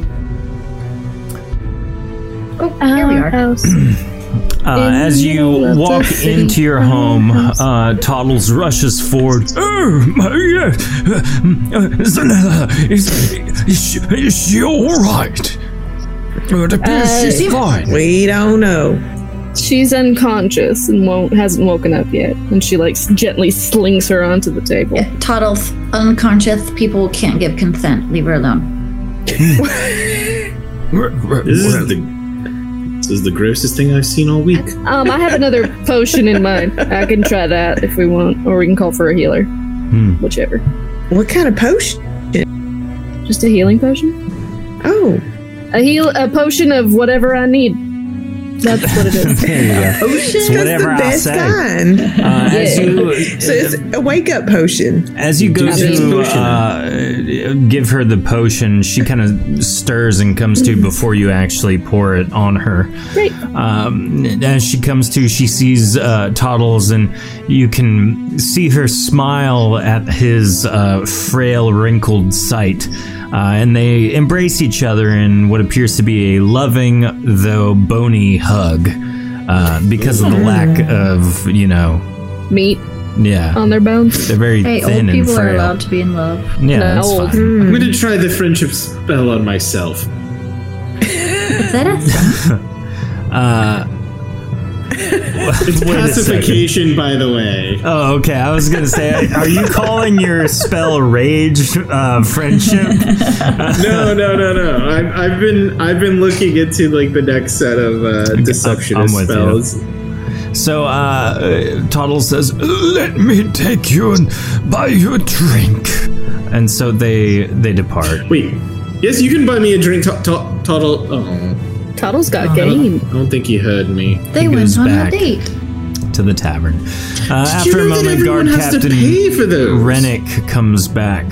F: Oh, here we are.
D: House.
A: Uh,
D: In
A: as
D: the
A: you
D: middle of the
A: walk
D: city.
A: into your home, uh, Toddles rushes forward. Oh, my, yeah. Uh, Zanella, is, is, she, is she all right? It appears
D: Uh,
A: she's fine.
E: We don't know.
D: She's unconscious and won't hasn't woken up yet, and she like s- gently slings her onto the table.
F: If Toddles unconscious people can't give consent. Leave her alone.
C: This is the this is the grossest thing I've seen all week.
A: Mm.
D: Um, I have another potion in mind. I can try that if we want, or we can call for a healer, whichever.
E: What kind of potion?
D: Just a healing potion.
E: Oh,
D: A heal a potion of whatever I need. That's what it is.
A: There you go. It's
E: that's
A: whatever
E: the
A: I
E: best
A: say.
E: kind.
A: Uh, as
E: So
A: you
E: it's a wake up potion.
A: as you go
C: Do this
A: to
C: potion.
A: uh, give her the potion, she kind of stirs and comes to before you actually pour it on her.
D: Great.
A: Um, as she comes to, she sees uh, Toddles, and you can see her smile at his uh, frail, wrinkled sight. Uh, and they embrace each other in what appears to be a loving, though bony hug, uh, because of the lack
C: Mm.
A: of, you know,
D: Meat
A: yeah,
D: on their bones.
A: they're very
F: Hey,
A: thin
F: old
A: and
F: people are
A: frail.
F: allowed to be in love.
A: Yeah,
D: No,
A: that's
D: old.
E: Hmm,
A: fine.
C: I'm gonna try the friendship spell on myself.
F: Is that a
A: Uh,
C: It's
A: Wait a
C: pacification, by the way.
A: oh, okay. I was gonna say, are you calling your spell rage uh, friendship?
C: no, no, no, no. I've, I've been I've been looking into like the next set of uh, deceptionist
A: I'm with you.
C: spells.
A: So, uh, uh, Toddle says, "Let me take you and buy you a drink." And so they they depart.
C: Wait, yes, you can buy me a drink, to- to- Toddle. Oh,
D: Toddle's got game.
C: I don't think he heard me.
F: they
A: goes
F: went on
A: back.
F: a date?
A: to the tavern. Uh,
C: Did
A: after
C: you know
A: a
C: that
A: moment, guard
C: everyone has to
A: captain
C: pay for those?
A: Rennick comes back.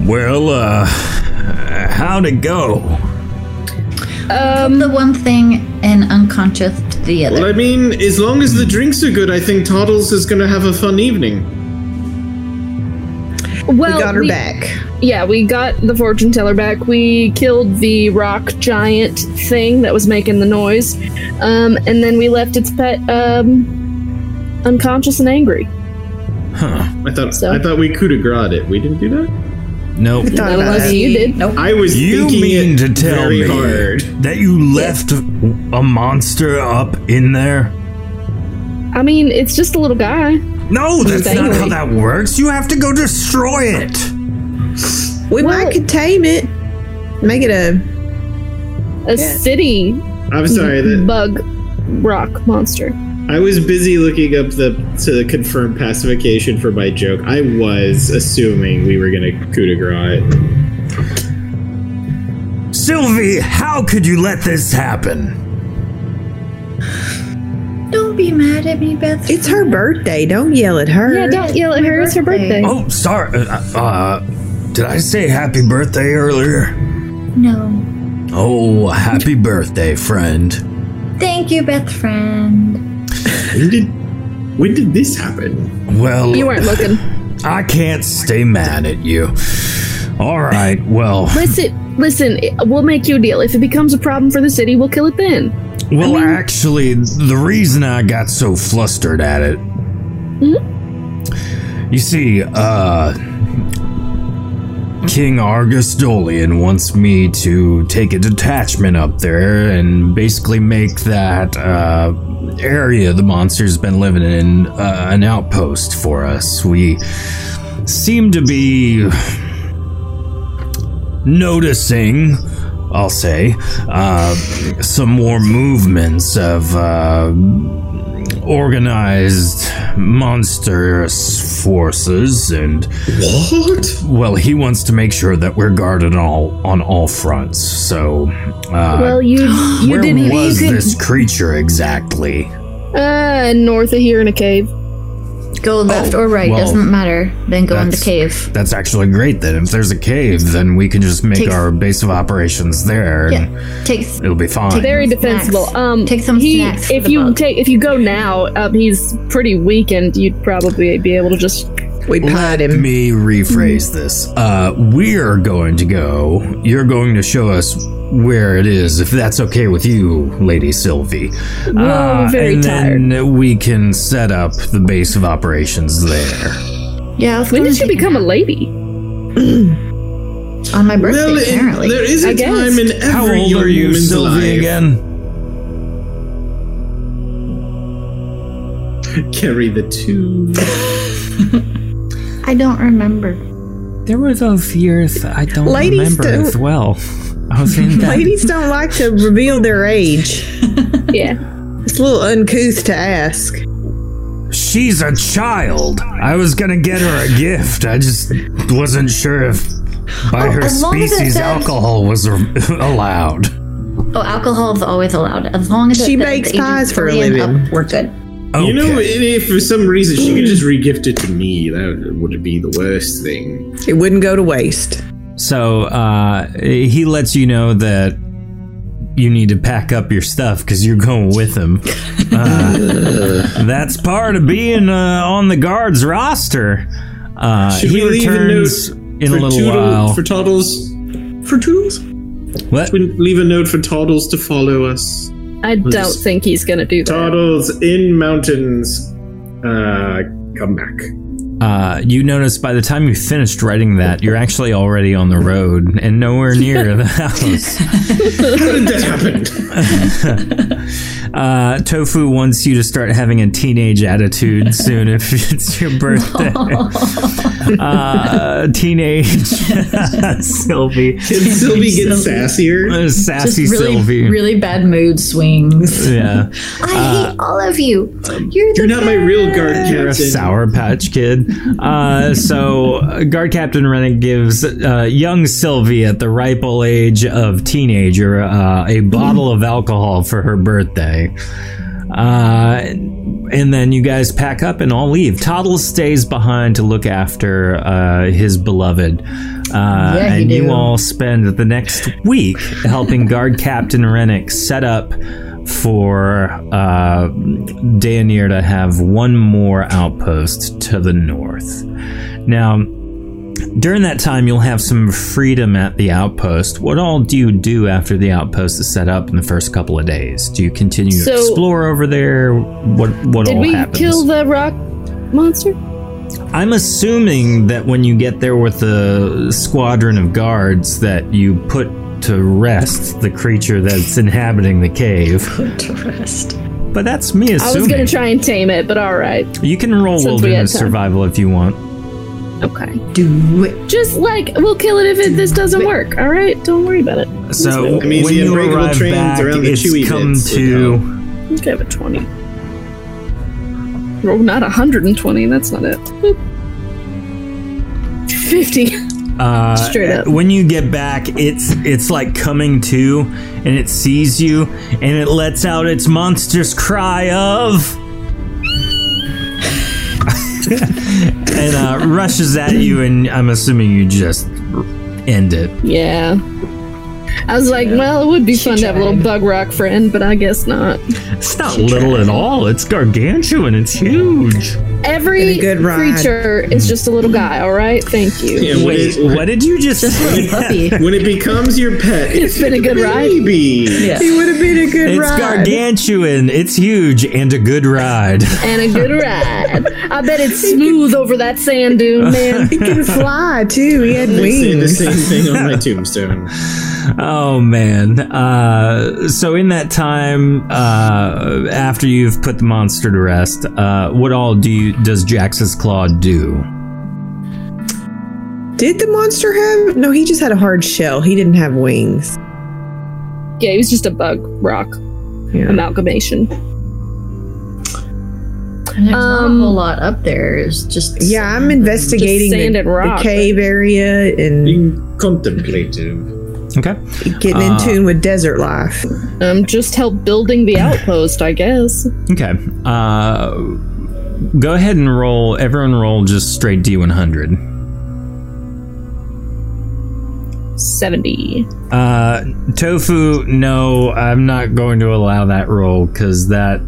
A: Well, uh, how'd it go?
D: Um,
F: The one thing and unconscious to the other.
C: Well, I mean, as long as the drinks are good, I think Toddles is gonna have a fun evening.
D: well,
E: We got her back.
D: Yeah, we got the fortune teller back. We killed the rock giant thing that was making the noise, um, and then we left its pet um, unconscious and angry.
C: I thought
D: So?
C: I thought we coup de grace it. We didn't do that.
A: Nope.
E: Thought about
D: Unless
E: it.
D: you did.
C: I was
G: You
C: thinking
G: mean
C: it
G: to tell
C: very
G: me
C: hard.
G: that you left a monster up in there?
D: I mean, it's just a little guy.
G: No, that's not
D: Exactly.
G: how that works. You have to go destroy it.
E: We might could tame it. Make it a
D: A city
C: I'm sorry that
D: bug rock monster.
C: I was busy looking up the to confirm pacification for my joke. I was assuming we were gonna coup de grace it.
G: Sylvie, how could you let this happen?
F: Don't be mad at me, Beth.
E: It's her birthday. Don't yell at her.
D: Yeah, don't yell at her. It's her birthday.
G: Oh, sorry. Uh, uh, did I say happy birthday earlier?
F: No.
G: Oh, happy birthday, friend.
F: Thank you, Beth friend.
C: When did when did this happen?
G: Well,
D: You weren't looking.
G: I can't stay mad at you. All right, well,
D: Listen, Listen, it- we'll make you a deal. If it becomes a problem for the city, we'll kill it then.
G: Well, actually, the reason I got so flustered at it. You see, uh. King Argus Dolian wants me to take a detachment up there and basically make that, uh. Area the monster's been living in uh, an outpost for us. We seem to be noticing, I'll say, uh, some more movements of uh, organized monstrous forces, and
C: What?
G: well, he wants to make sure that we're guarded all on all fronts. So, uh,
D: well, you you
G: where
D: didn't
G: was
D: you
G: this creature exactly?
D: could- uh north of here in a cave.
F: Go left
G: Oh,
F: or right,
G: well,
F: doesn't matter. Then go in the
G: that's-
F: cave.
G: That's actually great. Then, if there's a cave, then we can just make
F: Take-
G: our base of operations there, and
F: Take
G: it'll be fine.
D: Very defensible.
F: Snacks.
D: Um
F: Take some
D: he,
F: snacks for
D: If
F: the
D: you
F: bug.
D: take if you go now, um he's pretty weakened, you'd probably be able to just
E: We pod him.
G: me rephrase this. Uh, we're going to go. You're going to show us where it is, if that's okay with you, Lady Sylvie. Uh,
D: Whoa, I'm very
G: and then we can set up the base of operations there.
F: Yeah, let's
D: When
F: go
D: did
F: to
D: you
F: the-
D: become a lady?
F: on my birthday?
C: Well, it-
F: apparently,
C: there is a
D: I guess.
C: time in every
G: How old
C: young
G: are you,
C: woman's
G: Sylvie?
C: life.
G: Again?
C: Carry the two.
F: I don't remember.
A: There were those years I don't
E: Ladies
A: remember
E: don't-
A: as well. I was in that.
E: Ladies don't like to reveal their age.
D: Yeah.
E: It's a little uncouth to ask.
G: She's a child. I was gonna get her a gift. I just wasn't sure if by her
F: as long as it
G: species
F: says-
G: alcohol was allowed.
F: Oh, alcohol is always allowed as long as
E: She
F: it- the-
E: bakes
F: the age of
E: pies for a
F: three and
E: living.
F: Up, we're good.
C: You know,
G: Okay.
C: and if for some reason she could just regift it to me, that would be the worst thing.
E: It wouldn't go to waste.
A: So uh, he lets you know that you need to pack up your stuff because you're going with him. Uh, that's part of being uh, on the guards roster. Uh,
C: Should
A: he
C: we leave a note
A: returns in a little
C: Toodle-
A: while.
C: for Toddles. For Toodles?
A: what?
C: We leave a note for Toddles to follow us.
D: I don't
C: just-
D: think he's gonna do that.
C: Toddles in mountains. Uh, come back.
A: Uh, you notice by the time you finished writing that, you're actually already on the road and nowhere near the house.
C: How did that happen?
A: Uh, Tofu wants you to start having a teenage attitude soon if it's your birthday. uh, teenage Sylvie.
C: Did Sylvie get sassier?
A: Uh, Sassy
B: really,
A: Sylvie.
B: really bad mood swings.
A: yeah.
F: I hate all of you. You're the
C: You're not my real guard
A: You're a
C: captain.
A: Sour Patch Kid. Uh, so, uh, Guard Captain Rennick gives uh, young Sylvie at the ripe old age of teenager uh, a bottle of alcohol for her birthday. Uh, and then you guys pack up and all leave. Toddles stays behind to look after uh, his beloved. Uh, and you all spend the next week helping Guard Captain Rennick set up for uh, Danir to have one more outpost to the north. Now, during that time, you'll have some freedom at the outpost. What all do you do after the outpost is set up in the first couple of days? Do you continue
D: So-
A: to explore over there? What what
D: Did
A: all
D: we
A: happens?
D: kill the rock monster?
A: I'm assuming that when you get there with the squadron of guards, that you put to rest the creature that's inhabiting the cave.
B: Interest.
A: But that's me assuming.
D: I was gonna try and tame it, but alright.
A: You can roll
D: Since we
A: wilderness
D: had time.
A: survival if you want.
D: Okay.
E: Do it.
D: Just like we'll kill it if it, this doesn't work. All right, don't worry about it.
A: So
C: I mean,
A: when
C: the
A: you
C: unbreakable
A: arrive
C: trains
A: back,
C: around the
A: it's
C: Chewy
A: come
C: bits
A: to
C: would
D: You could have a twenty. Well, not hundred and twenty. That's not it. Fifty.
A: uh,
D: Straight up.
A: When you get back, it's it's like coming to, and it sees you, and it lets out its monstrous cry of. and uh, rushes at you, and I'm assuming you just end it.
D: Yeah. I was like, well, it would be fun to have a little bug rock friend, but I guess not.
A: It's not little at all. It's gargantuan. It's huge.
D: Every
E: good ride.
D: creature is just a little guy, all right? Thank you.
C: Yeah, when,
A: Wait,
C: it,
A: what did you just say?
B: puppy.
C: when it becomes your pet, it's
D: It's been a good ride.
C: baby.
E: It would have been a good
A: It's
E: ride.
A: gargantuan. It's huge and a good ride.
D: And a good ride. I bet it's smooth over that sand dune, man.
E: He can fly too. He had
C: Say the
E: wings.
C: same thing on my tombstone.
A: Oh man. Uh, so in that time, uh, after you've put the monster to rest, uh, what all do you, does Jax's claw do?
E: Did the monster have? No, he just had a hard shell. He didn't have wings.
D: Yeah, he was just a bug rock
E: Yeah.
D: amalgamation.
B: And there's not a
D: Um,
B: whole lot up there. It's just
E: Yeah, I'm investigating
D: sand
E: the,
D: and rock,
E: the cave area and
C: Being contemplative.
A: Okay.
E: getting in
A: Uh,
E: tune with desert life.
D: Um, just help building the outpost, I guess.
A: Okay. Uh, go ahead and roll. Everyone roll just straight D100.
D: 70.
A: Uh, tofu, no, I'm not going to allow that roll because that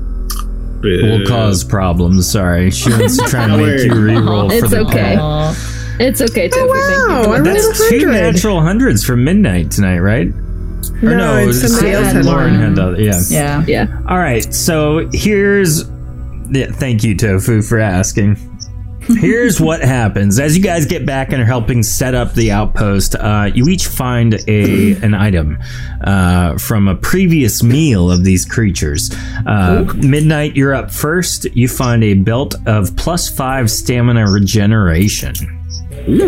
A: will cause problems. Sorry. She wants to try and make you re-roll for
D: It's
A: the
D: okay.
A: pet.
D: It's okay, Toby.
E: Oh, Wow, I rolled a
A: That's two
E: hundred.
A: natural hundreds from midnight tonight, right? Or no,
E: No,
A: it
E: it's
A: was-
E: somebody else had
A: Lauren
E: one.
A: had the other. Yeah.
B: yeah.
A: All right. So here's. Yeah, thank you, Tofu, for asking. Here's what happens as you guys get back and are helping set up the outpost. Uh, you each find a an item uh, from a previous meal of these creatures. Uh, midnight, you're up first. You find a belt of plus five stamina regeneration.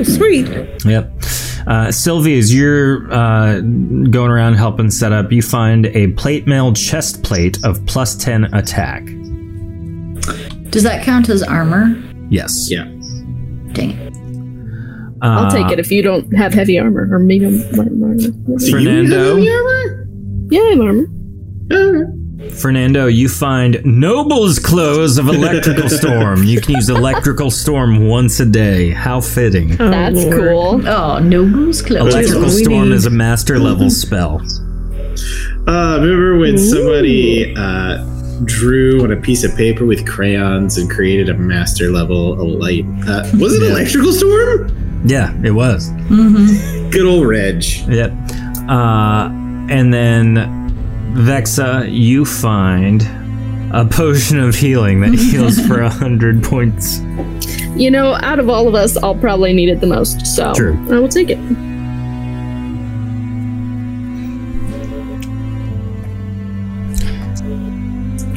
E: Sweet.
A: Yep. Uh, Sylvie, as you're uh, going around helping set up, you find a plate mail chest plate of plus 10 attack.
B: Does that count as armor?
A: Yes.
C: Yeah.
B: Dang it.
A: Uh,
D: I'll
E: Uh,
D: take it if you don't have heavy armor or medium light armor.
A: Fernando,
D: Yeah, I have armor.
A: Fernando, you find Noble's Clothes of Electrical Storm. You can use Electrical Storm once a day. How fitting.
E: Oh,
D: That's
E: Lord.
D: cool.
B: Oh, Noble's clothes.
A: Electrical
E: we
A: Storm
E: need-
A: is a master level spell.
C: Uh, remember when somebody uh, drew on a piece of paper with crayons and created a master level a light? Uh, was it electrical storm?
A: Yeah, it was.
C: Good old Reg.
A: Yep. Uh, and then Vexa, you find a potion of healing that heals for a hundred points.
D: You know, out of all of us, I'll probably need it the most, so
A: True.
D: I will take it.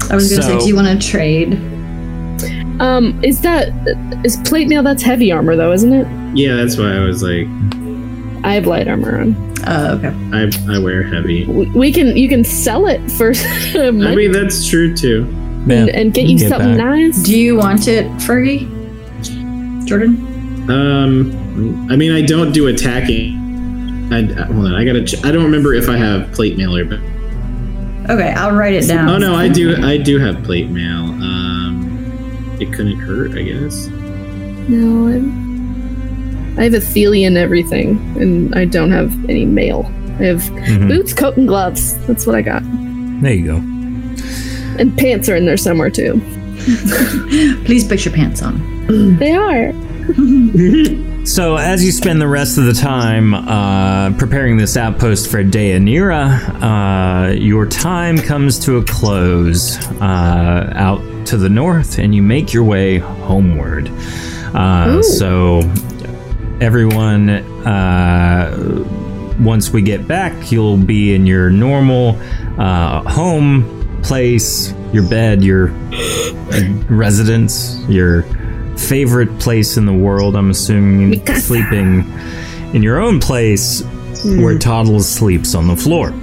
B: I was gonna
A: So-
B: say, do you want to trade?
D: Um, is that is plate mail? That's heavy armor, though, isn't it?
C: Yeah, that's why I was like,
D: I have light armor on.
B: Oh, okay.
C: I, I wear heavy.
D: We, we can you can sell it for money
C: I mean, that's true too.
D: and, and get you
A: Get
D: something
A: back.
D: nice.
B: Do you want it, Fergie? Jordan?
C: Um, I mean, I don't do attacking. I, I- hold on, I gotta. Ch- I don't remember if I have plate mail or.
B: Okay, I'll write it down.
C: Oh no, I do. I do have plate mail. Um, it couldn't hurt, I guess.
D: No, I'm, I have Athelian everything, and I don't have any mail. I have
A: Mm-hmm.
D: boots, coat, and gloves. That's what I got,
A: There you go.
D: and pants are in there somewhere too.
B: Please put your pants on.
D: They are.
A: So as you spend the rest of the time uh, preparing this outpost for Deianira, uh, your time comes to a close uh, out to the north, and you make your way homeward. Uh, so everyone. Uh, once we get back, you'll be in your normal uh, home, place, your bed, your residence, your favorite place in the world. I'm assuming sleeping in your own place where Toddles sleeps on the floor.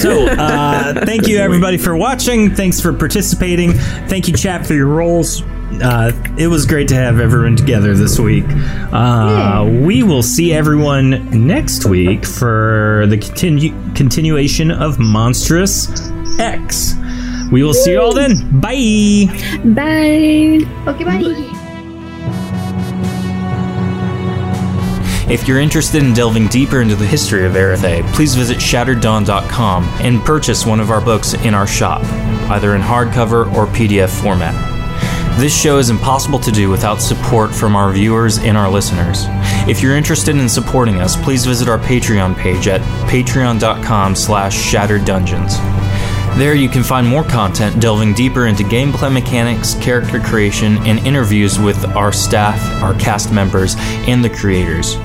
A: So, uh, thank you everybody for watching. Thanks for participating. Thank you, chat, for your roles. Uh, it was great to have everyone together this week. Uh, We will see everyone next week for the continu- continuation of Monstrous X. We will see you all then. Bye.
D: Bye.
B: Okay, bye.
I: If you're interested in delving deeper into the history of Erethe, please visit shattereddawn.com and purchase one of our books in our shop, either in hardcover or PDF format. This show is impossible to do without support from our viewers and our listeners. If you're interested in supporting us, please visit our Patreon page at patreon.com slash shattered dungeons. There you can find more content delving deeper into gameplay mechanics, character creation, and interviews with our staff, our cast members, and the creators.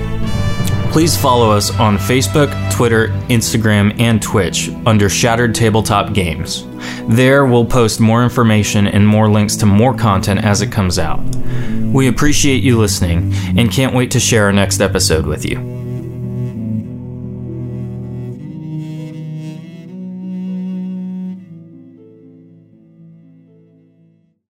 I: Please follow us on Facebook, Twitter, Instagram, and Twitch under Shattered Tabletop Games. There, we'll post more information and more links to more content as it comes out. We appreciate you listening and can't wait to share our next episode with you.